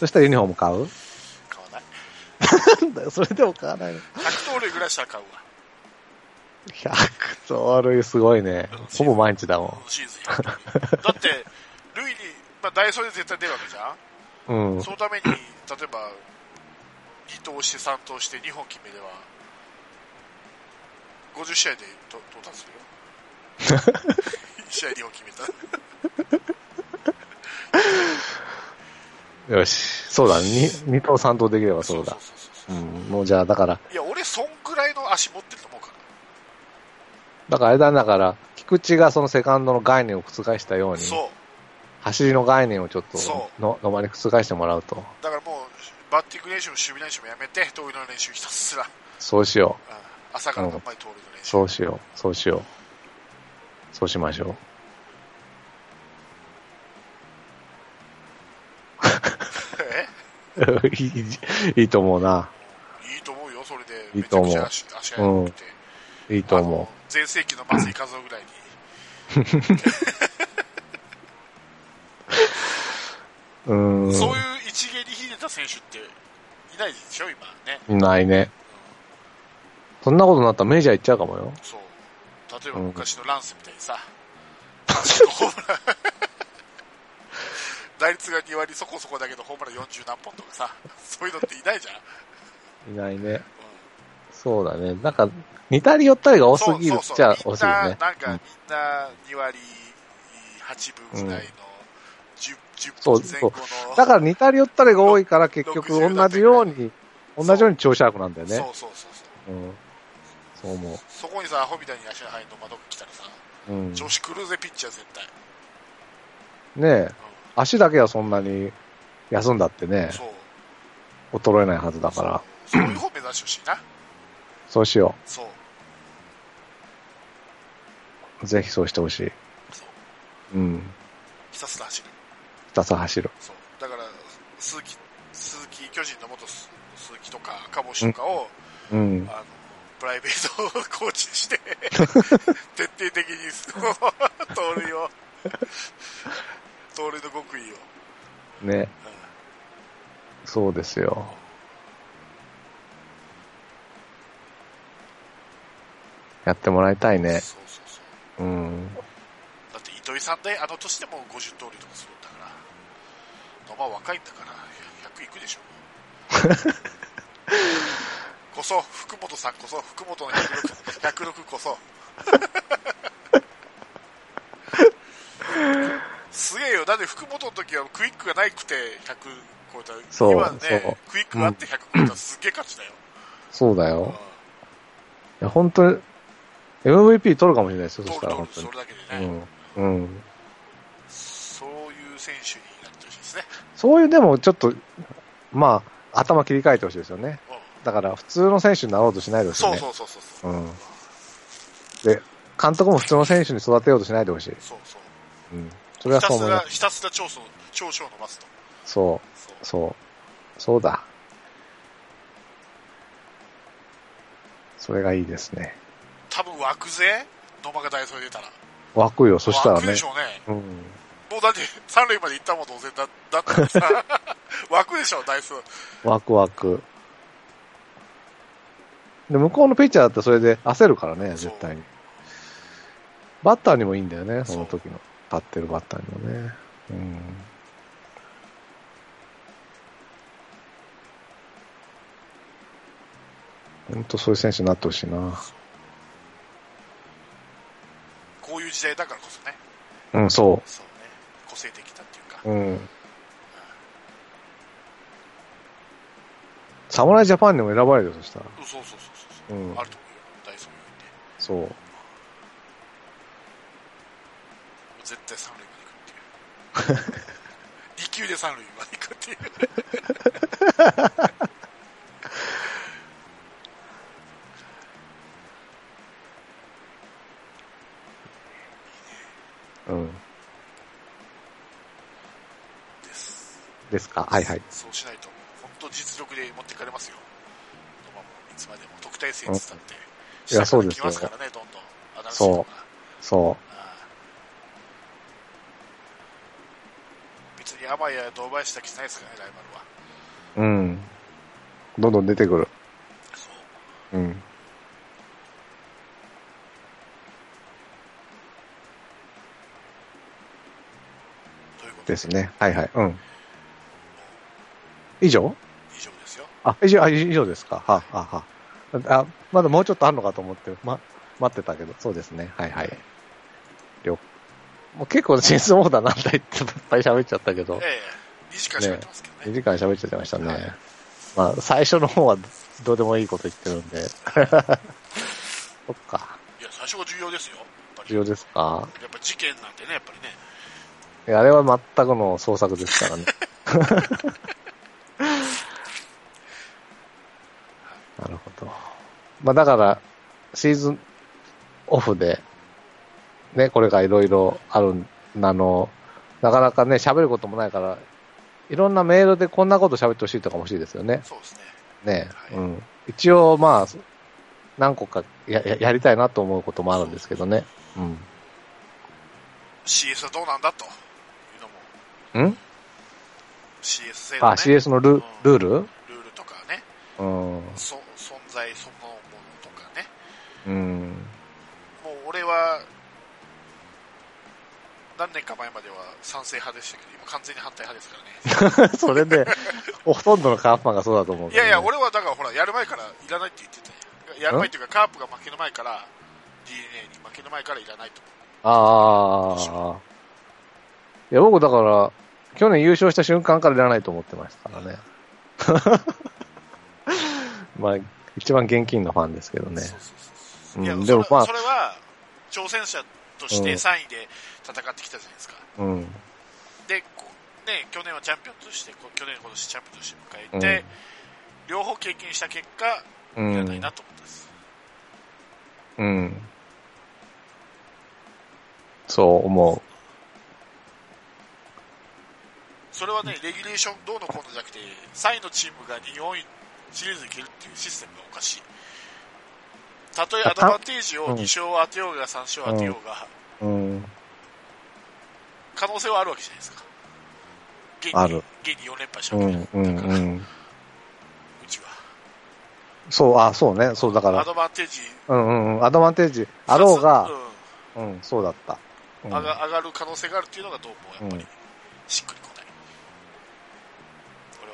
[SPEAKER 1] そしたらユニフォーム買う
[SPEAKER 2] 買わない。
[SPEAKER 1] [laughs] なんだよ、それでも買わないの。
[SPEAKER 2] 100盗塁ぐらいしたら買うわ。
[SPEAKER 1] 100盗塁すごいね。ほぼ毎日だも
[SPEAKER 2] シーズン100盗塁だって、塁に、まあ、ダイソーで絶対出るわけじゃん
[SPEAKER 1] ん。うん。
[SPEAKER 2] そのために、例えば、2投して3投して2本決めれば、50試合で到到達するよ。1試合2本決めた。
[SPEAKER 1] よし。そうだ、に二投三投できればそうだ。
[SPEAKER 2] そうそう
[SPEAKER 1] う
[SPEAKER 2] そうんそう。。
[SPEAKER 1] もうじゃあ、だから、
[SPEAKER 2] いや、俺、そんくらいの足持ってると思うから。
[SPEAKER 1] だからあれだ、だから、菊池がそのセカンドの概念を覆したように、
[SPEAKER 2] そう。
[SPEAKER 1] 走りの概念をちょっと
[SPEAKER 2] そ
[SPEAKER 1] の、のまに覆してもらうと。
[SPEAKER 2] だからもう、バッティング練習も守備練習もやめて、盗塁の練習ひたすら、うん
[SPEAKER 1] そうしよ
[SPEAKER 2] 朝から頑張り盗塁の練
[SPEAKER 1] う。
[SPEAKER 2] 習。
[SPEAKER 1] そうしよう。そうしよう。そうしましょう。い [laughs] いいいと思うな。
[SPEAKER 2] えいいと思うよ、それで。
[SPEAKER 1] いいと思う
[SPEAKER 2] めちゃくちゃ足足が良くて。
[SPEAKER 1] いいと思う。
[SPEAKER 2] 全盛期の松井和夫ぐらいに。
[SPEAKER 1] うーん。
[SPEAKER 2] そういう一芸に秀でた選手っていないでしょ、今ね。
[SPEAKER 1] ないね。そんなことになったらメジャー行っちゃうかもよ。
[SPEAKER 2] そう。例えば
[SPEAKER 1] うん
[SPEAKER 2] 昔のランスみたいにさ、
[SPEAKER 1] [laughs]
[SPEAKER 2] ちょっとホームラン、打率が2割そこそこだけどホームラン40何本とかさ、そういうのっていないじゃん。
[SPEAKER 1] いないね。そうだね。なんか、似たり寄ったりが多す
[SPEAKER 2] そう
[SPEAKER 1] ぎる
[SPEAKER 2] そう
[SPEAKER 1] っちゃ
[SPEAKER 2] そう
[SPEAKER 1] 多
[SPEAKER 2] みん
[SPEAKER 1] すぎ
[SPEAKER 2] な、
[SPEAKER 1] るね。
[SPEAKER 2] なんかみんな2割8分ぐらいの10、
[SPEAKER 1] そう
[SPEAKER 2] 10前後の。
[SPEAKER 1] だから似たり寄ったりが多いから結局
[SPEAKER 2] 60
[SPEAKER 1] 同じように、
[SPEAKER 2] そう
[SPEAKER 1] 同じように調子悪くなんだよね。
[SPEAKER 2] そうそうそうそう。
[SPEAKER 1] うん。そう思
[SPEAKER 2] そこにさ、アホみたいに足が入るの窓来たらさ、
[SPEAKER 1] う。うん。
[SPEAKER 2] 女子来るぜ、ピッチャー絶対。
[SPEAKER 1] ねえ、足だけはそんなに休んだってね、
[SPEAKER 2] そう。
[SPEAKER 1] 衰えないはずだから、
[SPEAKER 2] そういう方目指してほしいな。
[SPEAKER 1] そうしよ
[SPEAKER 2] そう。
[SPEAKER 1] う。ぜひそうしてほしい。
[SPEAKER 2] そう。
[SPEAKER 1] うん。
[SPEAKER 2] ひたすら走る。
[SPEAKER 1] 二つ走る。
[SPEAKER 2] そう。だから、鈴木、鈴木、巨人の元鈴鈴木とか赤星とかを、
[SPEAKER 1] うん。
[SPEAKER 2] あの、プライベートをコーチに
[SPEAKER 1] [laughs]
[SPEAKER 2] して、徹底的に、その、盗塁を、盗塁の極意を。
[SPEAKER 1] ね。そうですよ。やってもらいたいね。
[SPEAKER 2] そうそうそう。
[SPEAKER 1] うん。
[SPEAKER 2] だって糸井さんで、あの年でも50盗塁とかするんだから。まあ若いんだから、100いくで
[SPEAKER 1] [laughs]
[SPEAKER 2] しょ。こそ、福本さんこそ、福本の106、106こ
[SPEAKER 1] [laughs]
[SPEAKER 2] そ。すげえよ。だって福本の時はクイックがないくて100超えた。
[SPEAKER 1] そう
[SPEAKER 2] 今
[SPEAKER 1] そう
[SPEAKER 2] ね、クイックがあって100超えたらすげえ勝ちだよ。
[SPEAKER 1] そうだ
[SPEAKER 2] うん
[SPEAKER 1] よ。いや、本当に、MVP 取るかもしれないですよ、そ
[SPEAKER 2] 盗
[SPEAKER 1] したら
[SPEAKER 2] 塁盗塁、そ
[SPEAKER 1] 本当に
[SPEAKER 2] れ。だけでね。
[SPEAKER 1] うん。うん。
[SPEAKER 2] そういう選手になってほしいですね。
[SPEAKER 1] そういう、でも、ちょっと、まあ、頭切り替えてほしいですよね。
[SPEAKER 2] うん
[SPEAKER 1] だから、普通の選手になろうとしないでほしい
[SPEAKER 2] そ
[SPEAKER 1] ね。
[SPEAKER 2] うそうそうそうそう。
[SPEAKER 1] うん。で、監督も普通の選手に育てようとしないでほしい。
[SPEAKER 2] そうそう。
[SPEAKER 1] うん。それは
[SPEAKER 2] ひた
[SPEAKER 1] そう
[SPEAKER 2] す
[SPEAKER 1] 思い
[SPEAKER 2] ら、
[SPEAKER 1] ます。
[SPEAKER 2] ひたすら長所、長所を伸ばすと。
[SPEAKER 1] そ
[SPEAKER 2] そう
[SPEAKER 1] う、そう、そうだ。それがいいですね。
[SPEAKER 2] 多分湧くぜ野間がダイソーに出たら。
[SPEAKER 1] 湧くよ、そしたら
[SPEAKER 2] 湧く
[SPEAKER 1] ね
[SPEAKER 2] でし。ょうね。
[SPEAKER 1] うん。
[SPEAKER 2] もうだって、三塁まで行ったも同然だ、だったらさ、 [laughs] 湧くでしょ、ダイソー。
[SPEAKER 1] 湧く湧く。で、向こうのピッチャーだってそれで焦るからね、
[SPEAKER 2] そう
[SPEAKER 1] 絶対に。バッターにもいいんだよね、その時の。立ってるバッターにもね。うん。本当そういう選手になってほしいな。
[SPEAKER 2] こういう時代だからこそね。
[SPEAKER 1] うん、そ
[SPEAKER 2] そうね。個性的だっていうか。
[SPEAKER 1] う。うん。侍ジャパンにも選ばれるよ、そしたら。
[SPEAKER 2] そうそうそうそうそう。
[SPEAKER 1] うん
[SPEAKER 2] あると思うよ、ダイソーにおいて。
[SPEAKER 1] そう。
[SPEAKER 2] もう絶対三塁まで行くっていう。
[SPEAKER 1] [laughs]
[SPEAKER 2] 二球で三塁まで行くっていう。
[SPEAKER 1] うん。
[SPEAKER 2] です。
[SPEAKER 1] ですかはいはい。
[SPEAKER 2] そうしないと、本当実力で持ってかれますよ。野間もいつまでも特待生に伝って、
[SPEAKER 1] いやそうです
[SPEAKER 2] 来
[SPEAKER 1] よ
[SPEAKER 2] ますからね、どんどん。新しい
[SPEAKER 1] そう
[SPEAKER 2] のが
[SPEAKER 1] そ
[SPEAKER 2] 別に甘いや堂林だけじゃないですからね、ライバルは。
[SPEAKER 3] うん。どんどん出てくる。
[SPEAKER 2] そう。
[SPEAKER 3] うん。
[SPEAKER 2] ということで
[SPEAKER 3] ですね。はいはい。うん。
[SPEAKER 1] う。以上
[SPEAKER 2] 以上ですよ。
[SPEAKER 1] あ、以上、あ以上ですか。はあ、はあ、はあ。まだもうちょっとあるのかと思って、ま、待ってたけど、そうですね。はいはい。了もう結構、真相モーダー何台っていっぱい喋っちゃったけど、
[SPEAKER 2] ええ、2時間しかやってますけど
[SPEAKER 1] 2
[SPEAKER 2] ね。
[SPEAKER 1] 時間喋っちゃいましたね。
[SPEAKER 2] はい
[SPEAKER 1] まあ、最初の方はどうでもいいこと言ってるんで。 [laughs] そっか。
[SPEAKER 2] いや、最初が重要ですよ。やっぱり
[SPEAKER 1] 重要ですか
[SPEAKER 2] やっぱ事件なんてね、やっぱりね。
[SPEAKER 1] いやあれは全くの創作ですからね。なるほど。まあだから、シーズンオフで、ね、これがいろいろあるん、あの、なかなかね、喋ることもないから、いろんなメールでこんなこと喋ってほしいとかも欲しいですよね。
[SPEAKER 2] そうですね。
[SPEAKER 1] ね。
[SPEAKER 2] はい
[SPEAKER 1] うん。一応、まあ、何個かやややりたいなと思うこともあるんですけどね。うん。
[SPEAKER 2] CS はどうなんだというのも、
[SPEAKER 1] ん
[SPEAKER 2] CS 制度、ね、
[SPEAKER 1] あ、CS のルルール
[SPEAKER 2] ルールとかね、
[SPEAKER 1] うん。
[SPEAKER 2] そ存在そのものとかね。
[SPEAKER 1] うん。
[SPEAKER 2] もう俺は、何年か前までは賛成派でしたけど、今完全に反対派ですか
[SPEAKER 3] [laughs]
[SPEAKER 2] らね。
[SPEAKER 1] [laughs] それで、ほとんどのカープファンがそうだと思う、
[SPEAKER 2] いやいや、、俺はだからほら、やる前からいらないって言ってたよやる前っていうか、カープが負ける前から、DNA に負ける前からいらないと思
[SPEAKER 1] ああ。いや、僕だから、去年優勝した瞬間からいらないと思ってましたからね。 [laughs] まあ、一番現金のファンですけど
[SPEAKER 2] う。
[SPEAKER 1] ね。
[SPEAKER 2] そうそうそうう。
[SPEAKER 3] ん
[SPEAKER 2] いや、
[SPEAKER 3] でも
[SPEAKER 2] そ
[SPEAKER 3] ま
[SPEAKER 2] れ
[SPEAKER 3] あ
[SPEAKER 2] それは、挑戦者として
[SPEAKER 1] うん
[SPEAKER 2] 3位で戦ってきたじゃないですか。
[SPEAKER 3] うん。
[SPEAKER 2] で、こね、去年はチャンピオンとして、こ去年今年チャンピオンとして迎
[SPEAKER 3] う
[SPEAKER 2] え
[SPEAKER 3] ん
[SPEAKER 2] て、両方経験した結果、
[SPEAKER 3] う
[SPEAKER 2] いらない
[SPEAKER 3] ん。
[SPEAKER 2] なと思ったんです。
[SPEAKER 3] うん。そう思
[SPEAKER 2] それはね、レギュレーションどうのこうのじゃなくて、3位のチームが日本シリーズに行けるっていうシステムがおかしい。たとえアドバンテージを2勝当てようが3勝当てようが、
[SPEAKER 3] う。うん。
[SPEAKER 2] 可能性はあるわけじゃないですか。現に
[SPEAKER 3] ある
[SPEAKER 2] 現に4連敗した
[SPEAKER 3] う
[SPEAKER 2] わけ
[SPEAKER 3] ん
[SPEAKER 2] だ。か
[SPEAKER 3] う
[SPEAKER 2] ら、
[SPEAKER 3] ん。うん。
[SPEAKER 2] うちは。
[SPEAKER 3] そう、あ、そうね。そう、だか
[SPEAKER 2] ア
[SPEAKER 3] ら、
[SPEAKER 2] ドバンテージ、
[SPEAKER 3] うんうんうん。アドバンテージ、あろう
[SPEAKER 2] う
[SPEAKER 3] が、
[SPEAKER 2] ん
[SPEAKER 3] うん、そうだった。うん
[SPEAKER 2] 上が上がる可能性があるっていうのがどうもやっぱり
[SPEAKER 3] うん
[SPEAKER 2] しっくりこない、こ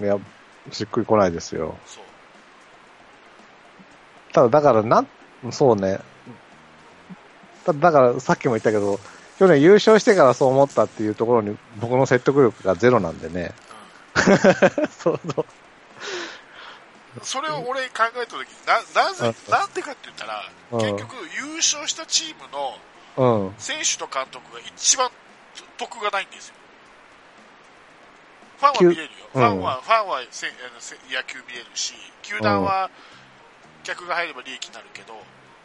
[SPEAKER 2] れはね
[SPEAKER 3] いや、しっくりこないですよ。
[SPEAKER 2] そう
[SPEAKER 3] ただ、だから、なん、そうね。ただ、だから、さっきも言ったけど、去年優勝してからそう思ったっていうところに、僕の説得力がゼロなんでね。 [laughs] そうそう。
[SPEAKER 2] それを俺考えた時にななぜなんでかって言ったら
[SPEAKER 3] うん
[SPEAKER 2] 結局優勝したチームの
[SPEAKER 3] うん。
[SPEAKER 2] 選手と監督が一番得がないんですよファンは見れるよ、
[SPEAKER 3] うん
[SPEAKER 2] ファンはファンはせあのせ野球見れるし球団は客が入れば利益になるけど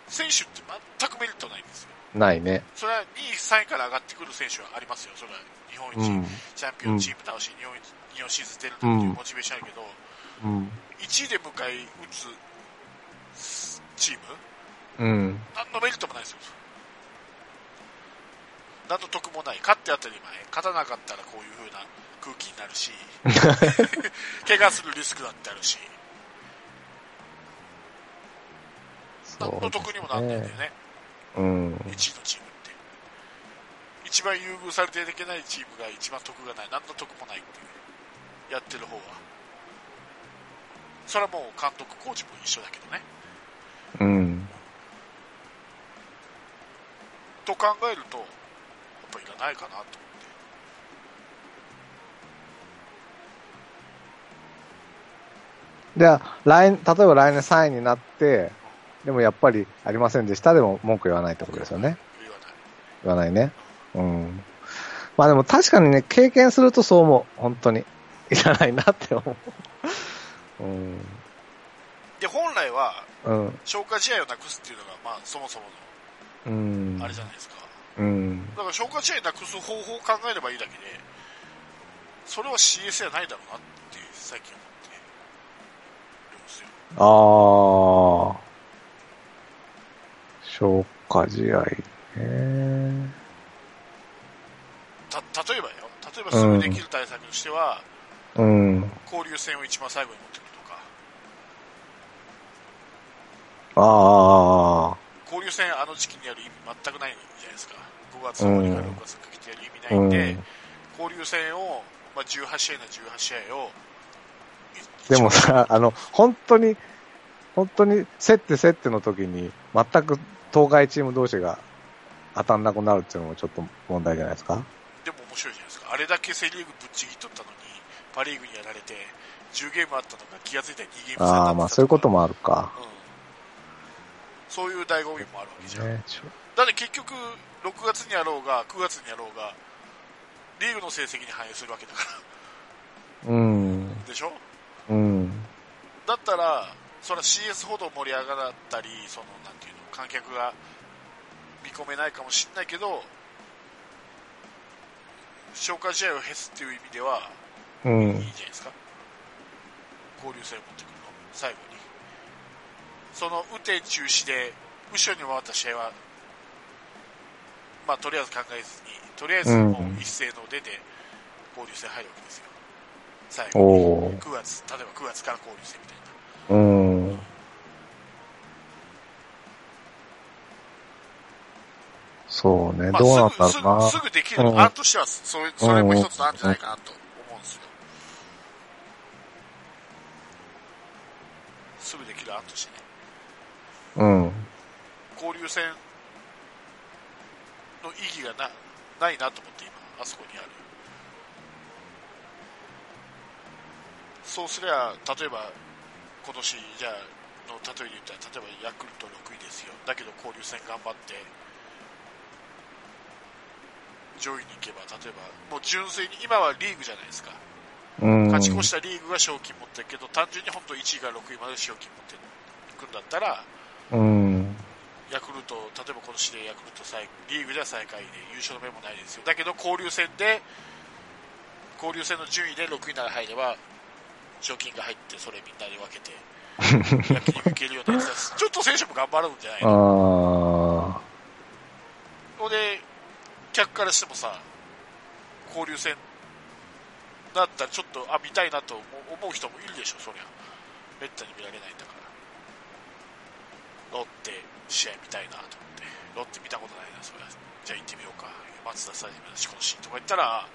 [SPEAKER 2] 選手って全くメリットないんですよ
[SPEAKER 3] ないね。
[SPEAKER 2] それは2位、3位から上がってくる選手はありますよ、それは日本
[SPEAKER 3] う
[SPEAKER 2] 一、
[SPEAKER 3] ん。
[SPEAKER 2] チャンピオンチーム倒し、日本一、日本シリーズ出るというモチベーションあるけど、
[SPEAKER 3] うん。
[SPEAKER 2] 1位で迎え撃つチーム、
[SPEAKER 3] うん。
[SPEAKER 2] 何のメリットもないですよ、何の得もない、勝って当たり前、勝たなかったらこういう風な空気にな
[SPEAKER 3] [laughs]
[SPEAKER 2] るし、怪我するリスクだってあるし、
[SPEAKER 3] そ
[SPEAKER 2] 何の
[SPEAKER 3] う
[SPEAKER 2] 得にもなんないんだよね。
[SPEAKER 3] うん。
[SPEAKER 2] 1位のチームって一番優遇されていけないチームが一番得がない何の得もないっていうやってる方はそれはもう監督コーチも一緒だけどね
[SPEAKER 3] うん。
[SPEAKER 2] と考えるとやっぱいらないかなと
[SPEAKER 3] じゃあ、来、例えば来年3位になって、でもやっぱりありませんでしたでも文句言わないってことですよね。
[SPEAKER 2] 言わない
[SPEAKER 3] 言わないね。うん。まあでも確かにね、経験するとそう思う。本当
[SPEAKER 1] [laughs]
[SPEAKER 3] に。いらないなって思う。うん。
[SPEAKER 2] で本来は
[SPEAKER 3] うん。
[SPEAKER 2] 消化試合をなくすっていうのが、まあ、そもそも
[SPEAKER 3] うん
[SPEAKER 2] のあれじゃないですか
[SPEAKER 3] うん。
[SPEAKER 2] だから消化試合なくす方法を考えればいいだけでそれは CS じゃないだろうなって最近思ってるんでですよ。
[SPEAKER 1] あー。消化試合ね。
[SPEAKER 2] た、例えばよ。例えばすぐできる対策としては、
[SPEAKER 1] うん。
[SPEAKER 2] 交流戦を一番最後に持ってくるとか、
[SPEAKER 1] あ
[SPEAKER 2] 交流戦あの時期にやる意味全くないじゃないですか。5月の終わりから6月にかけてやる意味
[SPEAKER 1] ー。
[SPEAKER 2] ない
[SPEAKER 1] うんん。
[SPEAKER 2] で、交流戦を、まあ、18試合なら18試合を、い
[SPEAKER 1] でも、さ、あの、本当に、本当に、競って競っての時に、全く東海チーム同士が当たんなくなるっていうのもちょっと問題じゃないですか。
[SPEAKER 2] でも面白いじゃないですか。あれだけセリーグぶっちぎっとったのに、パリーグにやられて、10ゲームあったのが気がついたら2ゲーム差になってたと
[SPEAKER 1] あ
[SPEAKER 2] か
[SPEAKER 1] あ、まあそういうこともあるか。
[SPEAKER 2] うんそういう醍醐味もあるわけじゃん。
[SPEAKER 1] ねちょ
[SPEAKER 2] だって結局、6月にやろうが、9月にやろうが、リーグの成績に反映するわけだか
[SPEAKER 1] うん。
[SPEAKER 2] ら、でしょ
[SPEAKER 1] うん。
[SPEAKER 2] だったら、それは CS ほど盛り上がったり、その、なんていうの、観客が見込めないかもしれないけど、消化試合を減すっていう意味では、
[SPEAKER 1] う
[SPEAKER 2] いいじ
[SPEAKER 1] ん
[SPEAKER 2] ゃ。ないですか。交流戦を持ってくるの、最後に。その、打て中止で、後ろに回った試合は、まあ、とりあえず考えずに、とりあえずもう一斉の出で、交流戦入るわけですよ。最後に。
[SPEAKER 1] お
[SPEAKER 2] 9月、例えば9月から交流戦みたいな。
[SPEAKER 1] ー。うん。そうね、
[SPEAKER 2] まあ
[SPEAKER 1] どうなんだろうな。
[SPEAKER 2] すぐすぐすぐできる、
[SPEAKER 1] うん
[SPEAKER 2] 案としてはそれ、それも一つの案じゃないかなと思うんですよ。すぐできる案としてね。
[SPEAKER 1] うん。
[SPEAKER 2] 交流戦の意義がなないなと思って今、あそこにある。そうすりゃ、例えば、今年、じゃあ、の例えで言ったら、例えばヤクルト6位ですよ。だけど交流戦頑張って、上位に行けば、例えば、もう純粋に、今はリーグじゃないですか。
[SPEAKER 1] うん。
[SPEAKER 2] 勝ち越したリーグが賞金持ってるけど、単純に本当1位が6位まで賞金持っていくんだったら、
[SPEAKER 1] うん。
[SPEAKER 2] ヤクルト、例えば今年でヤクルト最リーグでは最下位で優勝の目もないですよ。だけど交流戦で、交流戦の順位で6位なら入れば、賞金が入って、それみんなで分けて、焼き肉行けるようになってたちょっと選手も頑張るんじゃない
[SPEAKER 1] あ
[SPEAKER 2] の
[SPEAKER 1] あ。
[SPEAKER 2] ので、客からしてもさ、交流戦だったらちょっと、あ、見たいなと思う思う人もいるでしょ、そりゃ。めったに見られないんだから。ロッテ試合見たいなと思って。ロッテ見たことないな、そりゃ。じゃあ行ってみようか。松田スタジアムだし、このシーンとか言ったら、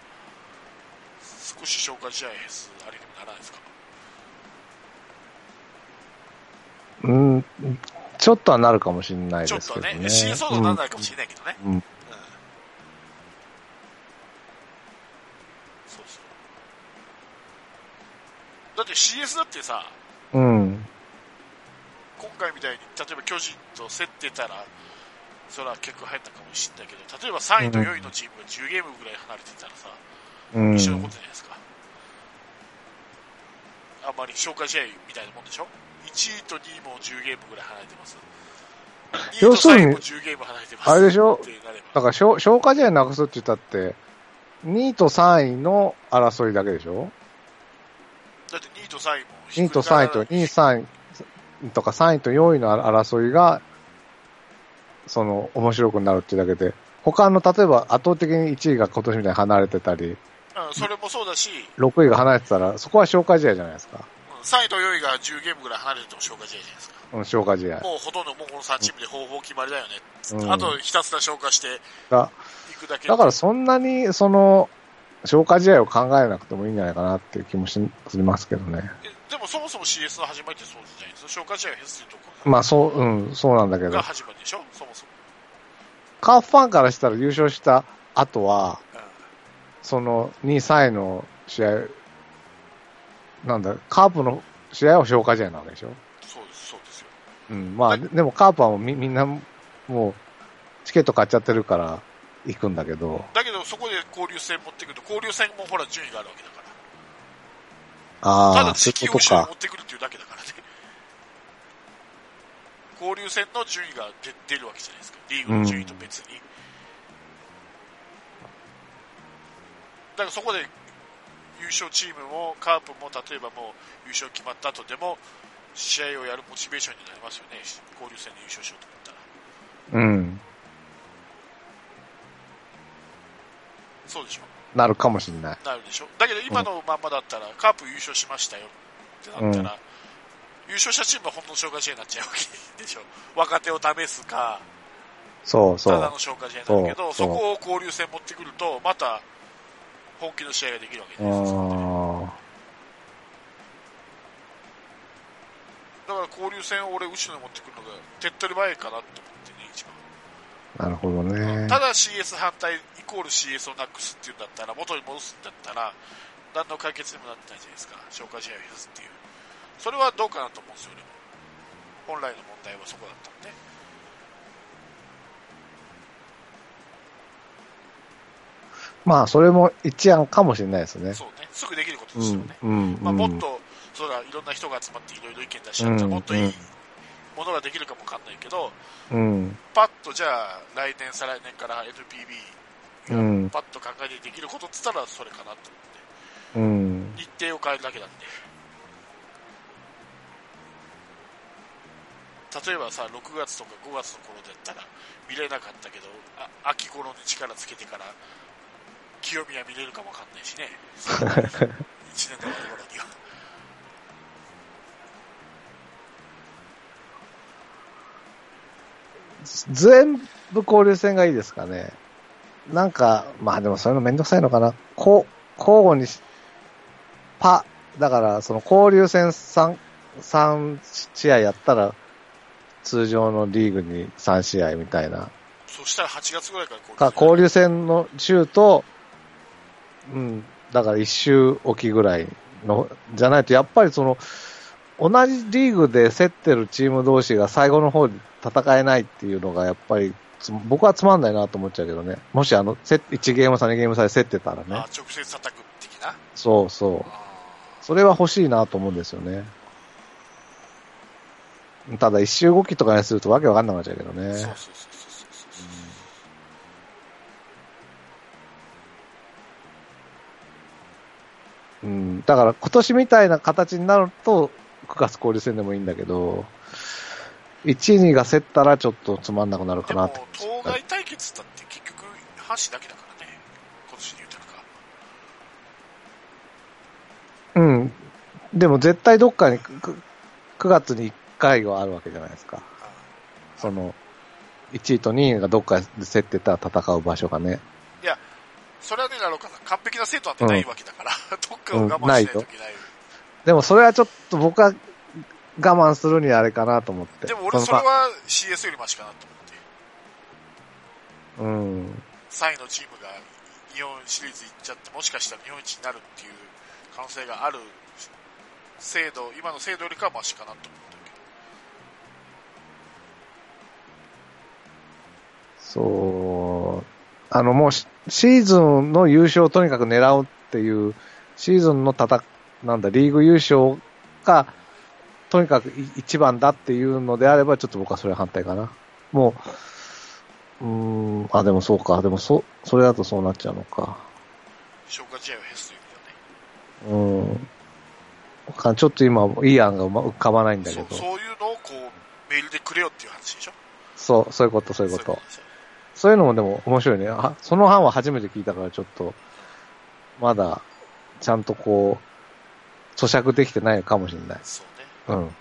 [SPEAKER 2] 少し消化試合減数あれにもならないですか。
[SPEAKER 1] うん。ちょっとはなるかもしれない
[SPEAKER 2] ちょ
[SPEAKER 1] で
[SPEAKER 2] っ
[SPEAKER 1] す
[SPEAKER 2] と
[SPEAKER 1] けど
[SPEAKER 2] ね
[SPEAKER 1] ね。、
[SPEAKER 2] 新騒動にならないかもしれないけどね。
[SPEAKER 1] うんうん
[SPEAKER 2] そうそう。だって CS だってさ、
[SPEAKER 1] うん。
[SPEAKER 2] 今回みたいに、例えば巨人と競ってたら、それは結構入ったかもしれないけど、例えば3位と4位のチームが10ゲームぐらい離れてたらさ、
[SPEAKER 1] うん。
[SPEAKER 2] 一緒のことじゃないですか。あんまり消化試合みたいなもんでしょ ?1 位と2位も10ゲームぐらい離れてます。2
[SPEAKER 1] 要
[SPEAKER 2] 位と
[SPEAKER 1] する
[SPEAKER 2] 3
[SPEAKER 1] に
[SPEAKER 2] 位も10ゲーム離れてます。
[SPEAKER 1] あれでしょ
[SPEAKER 2] ってなれ
[SPEAKER 1] だ
[SPEAKER 2] ば
[SPEAKER 1] から消、消化試合なくすって言ったって、2位と3位の争いだけでしょ
[SPEAKER 2] だって2位と3位もひ
[SPEAKER 1] ?2
[SPEAKER 2] っ
[SPEAKER 1] 位
[SPEAKER 2] く
[SPEAKER 1] と
[SPEAKER 2] り返らない
[SPEAKER 1] 3位と、2位、3位とか3位と4位の争いが、その、面白くなるっていうだけで、他の、例えば圧倒的に1位が今年みたいに離れてたり、
[SPEAKER 2] うん、それもそうだし、
[SPEAKER 1] 6位が離れてたら、そこは消化試合じゃないですか。
[SPEAKER 2] うん3位と4位が10ゲームぐらい離れてても消化試合じゃないですか。
[SPEAKER 1] うん、消化試合。
[SPEAKER 2] もうほとんどもうこの3チームで方法決まりだよね。
[SPEAKER 1] うん
[SPEAKER 2] あとひたすら消化して
[SPEAKER 1] だ
[SPEAKER 2] いくだけ。
[SPEAKER 1] だからそんなに、その、消化試合を考えなくてもいいんじゃないかなっていう気もししますけどね。
[SPEAKER 2] えでもそもそも CS の始まりってそうじゃないですか。消化試合が減ってるとこ
[SPEAKER 1] まあそう、うん、そうなんだけど
[SPEAKER 2] が。始まりでしょそもそも。
[SPEAKER 1] カーフファンからしたら優勝した後は、
[SPEAKER 2] うん
[SPEAKER 1] その2位、3位の試合、なんだ、カープの試合は消化試合なわけでしょ。
[SPEAKER 2] そうです、そうですよ。
[SPEAKER 1] うん、ま
[SPEAKER 2] は
[SPEAKER 1] あ、
[SPEAKER 2] い
[SPEAKER 1] ででもカープはもうみみんな、もう、チケット買っちゃってるから行くんだけど、
[SPEAKER 2] だけどそこで交流戦持ってくると、交流戦もほら順位があるわけだから。た
[SPEAKER 1] あ
[SPEAKER 2] だ
[SPEAKER 1] あ、そうい
[SPEAKER 2] 地球
[SPEAKER 1] う
[SPEAKER 2] を
[SPEAKER 1] こと
[SPEAKER 2] 後ろに
[SPEAKER 1] か
[SPEAKER 2] 持。ってくるっていうだけだからね。交流戦の順位が出出るわけじゃないですか。リーグの順位と別に。だからそこで優勝チームもカープも例えばもう優勝決まった後でも試合をやるモチベーションになりますよね、交流戦で優勝しようと思ったら。
[SPEAKER 1] うん。
[SPEAKER 2] そうでしょ
[SPEAKER 1] なるかもしれない。
[SPEAKER 2] なるでしょだけど今のまんまだったら、カープ優勝しましたよってなったら、優勝したチームは本当の消化試合になっちゃうわけでしょ若手を試すか、
[SPEAKER 1] そうそ
[SPEAKER 2] ただの
[SPEAKER 1] う。
[SPEAKER 2] 消化試合になるけど、そ
[SPEAKER 1] そうそう
[SPEAKER 2] こを交流戦持ってくると、また本気の試合ができるわけ
[SPEAKER 1] う
[SPEAKER 2] じゃないですか。
[SPEAKER 1] ーん。
[SPEAKER 2] だから交流戦を俺、後ろに持ってくるのが手っ取り早いかなと思ってね、一番。
[SPEAKER 1] なるほどね。
[SPEAKER 2] ただ CS 反対イコール CS をなくすっていうんだったら、元に戻すんだったら、何の解決にもなってないじゃないですか。消化試合を減らすっていう。それはどうかなと思うんですよ、俺も。本来の問題はそこだったんで。
[SPEAKER 1] まあ、それも一案かもしれないですね。
[SPEAKER 2] そうね。すぐできること
[SPEAKER 1] う
[SPEAKER 2] ですよ
[SPEAKER 1] ん
[SPEAKER 2] ね。。
[SPEAKER 1] うん。
[SPEAKER 2] まあ、も
[SPEAKER 1] う
[SPEAKER 2] っ
[SPEAKER 1] ん
[SPEAKER 2] と、そら、いろんな人が集まっていろいろ意見出し合ったら、
[SPEAKER 1] うん
[SPEAKER 2] もっといい
[SPEAKER 1] うん
[SPEAKER 2] ものができるかもわかんないけど、
[SPEAKER 1] うん。
[SPEAKER 2] パッとじゃあ、来年、再来年から NPB が
[SPEAKER 1] うん
[SPEAKER 2] パッと考えてできることって言ったら、それかなと思って。
[SPEAKER 1] うん。
[SPEAKER 2] 日程を変えるだけなんで。例えばさ、6月とか5月の頃だったら見れなかったけど、あ秋頃に力つけてから、清宮見れるかもわかんないし
[SPEAKER 1] [laughs]
[SPEAKER 2] ね。1年の終わり頃には。
[SPEAKER 1] 全部交流戦がいいですかね。なんか、まあでもそういうのめんどくさいのかな。こう、交互にし、パ、だからその交流戦3、三試合やったら、通常のリーグに3試合みたいな。
[SPEAKER 2] そしたら8月ぐらいから交流
[SPEAKER 1] か、交流戦の週と、うん、だから1週おきぐらいの、じゃないと、やっぱりその、同じリーグで競ってるチーム同士が最後の方で戦えないっていうのが、やっぱりつ、僕はつまんないなと思っちゃうけどね。もしあの、せ1ゲーム差、2ゲーム差で競ってたらね
[SPEAKER 2] あ。直接叩く的な。
[SPEAKER 1] そうそう。それは欲しいなと思うんですよね。ただ、一周動きとかにするとわけわかんなくなっちゃうけどね。
[SPEAKER 2] そうそうそうそうそうそう。
[SPEAKER 1] うん、だから今年みたいな形になると、9月交流戦でもいいんだけど、1、2が競ったらちょっとつまんなくなるか
[SPEAKER 2] で
[SPEAKER 1] な
[SPEAKER 2] も
[SPEAKER 1] って。、
[SPEAKER 2] 当該対決だって結局、阪神だけだからね。今年で言うたらか。
[SPEAKER 1] うん。でも絶対どっかに9月に1回はあるわけじゃないですか。その、1位と2位がどっかで競ってたら戦う場所がね。
[SPEAKER 2] それはね、なろうかさん、完璧な生徒なんてないわけだから、どっかを我慢しないといけない。
[SPEAKER 1] でもそれはちょっと僕は我慢するにはあれかなと思って。
[SPEAKER 2] でも俺、それは CS よりマシかなと思って。
[SPEAKER 1] のまうん。
[SPEAKER 2] 3位のチームが日本シリーズ行っちゃって、もしかしたら日本一になるっていう可能性がある制度、今の制度よりかはマシかなと思ってるけど。
[SPEAKER 1] そう。あの、もうシシーズンの優勝をとにかく狙うっていう、シーズンのたた、なんだ、リーグ優勝が、とにかくい一番だっていうのであれば、ちょっと僕はそれは反対かな。もう、うーん、あ、でもそうか。でもそ、それだとそうなっちゃうのか。
[SPEAKER 2] 消化試合を減すという意味だね。
[SPEAKER 1] うん。かちょっと今、いい案がうま浮かばないんだけ
[SPEAKER 2] そう
[SPEAKER 1] ど。
[SPEAKER 2] そういうのをこうメールでくれよっていう話でしょ
[SPEAKER 1] そう、そういうこと、そういう
[SPEAKER 2] そ
[SPEAKER 1] こ
[SPEAKER 2] ういう
[SPEAKER 1] と。
[SPEAKER 2] ですよ
[SPEAKER 1] そういうのもでも面白いね。あその班は初めて聞いたからちょっと、まだ、ちゃんとこう、咀嚼できてないのかもしれない。
[SPEAKER 2] そうね。
[SPEAKER 1] うん。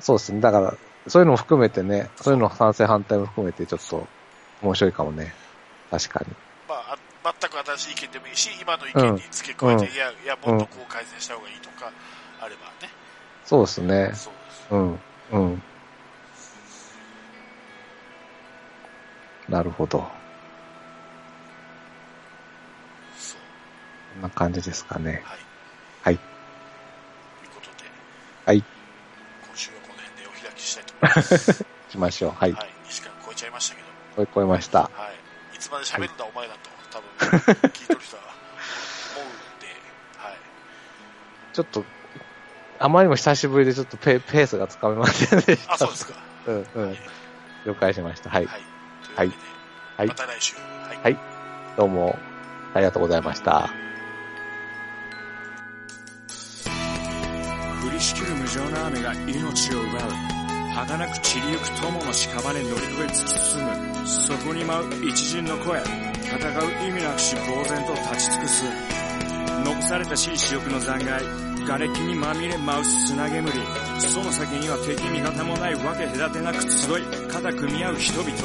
[SPEAKER 1] そうですね。だから、そういうのも含めてね、そういうの賛成反対も含めてちょっと面白いかもね。確かに。
[SPEAKER 2] まあ、あ全く新しい意見でもいいし、今の意見に付け加えて、
[SPEAKER 1] うん
[SPEAKER 2] いや、いや、もっとこう改善した方がいいとか、あればね。
[SPEAKER 1] そうですね。
[SPEAKER 2] そうです。
[SPEAKER 1] うん。うん。なるほど。
[SPEAKER 2] そう。
[SPEAKER 1] こんな感じですかね。
[SPEAKER 2] はい。
[SPEAKER 1] はい
[SPEAKER 2] ということで、
[SPEAKER 1] はい。
[SPEAKER 2] 今週はこの辺でお開きしたいと思います。
[SPEAKER 1] しましょう。はい。
[SPEAKER 2] はい。2時間超えちゃいましたけど、
[SPEAKER 1] 聞こえました。
[SPEAKER 2] はい。いつまで喋るんだ、お前だと、多分、聞いてる人は思うんで、はい。
[SPEAKER 1] ちょっと、あまりにも久しぶりでちょっとペペースがつかめませんでし
[SPEAKER 2] あ、
[SPEAKER 1] た
[SPEAKER 2] そうで。すか。は
[SPEAKER 1] うんうん。了解しました。はい
[SPEAKER 2] い。。というわけで、
[SPEAKER 1] はい
[SPEAKER 2] また来週。はい
[SPEAKER 1] どうも、ありがとうございました。
[SPEAKER 4] りしきる無情な雨が命を奪う儚く散りゆく友の屍乗り越え突き進むそこに舞う一陣の声戦う意味なくし呆然と立ち尽くす残された私利私欲の残骸瓦礫にまみれ舞う砂煙その先には敵味方もないわけ隔てなく集い肩組み合う人々人争い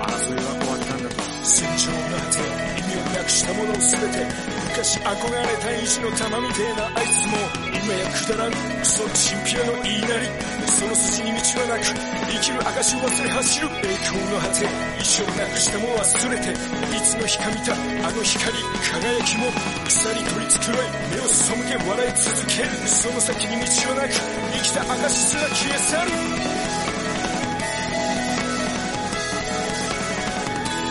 [SPEAKER 4] は終わったんだと戦場なんて意味をなくしたものすべて昔憧れた意地の玉みてえなあいつも今やくだらんクソチンピラの言いなりその筋に道はなく生きる証を忘れ走る栄光の果て意地をなくしたも忘れていつの日か見たあの光輝きも草に取り繕い目を背け笑い続けるその先に道はなく生きた証すら消え去るい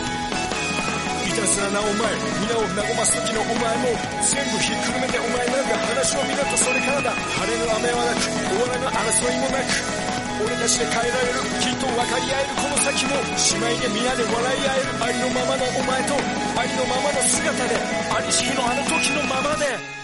[SPEAKER 4] たずらなお前皆を和ます時のお前も全部ひっくるめてお前なんか話を見なとそれからだ晴れの雨はなく終わらぬ争いもなく俺たちで変えられるきっと分かり合えるこの先も姉妹で皆で笑い合えるありのままのお前とありのままの姿でありしきのあの時のままで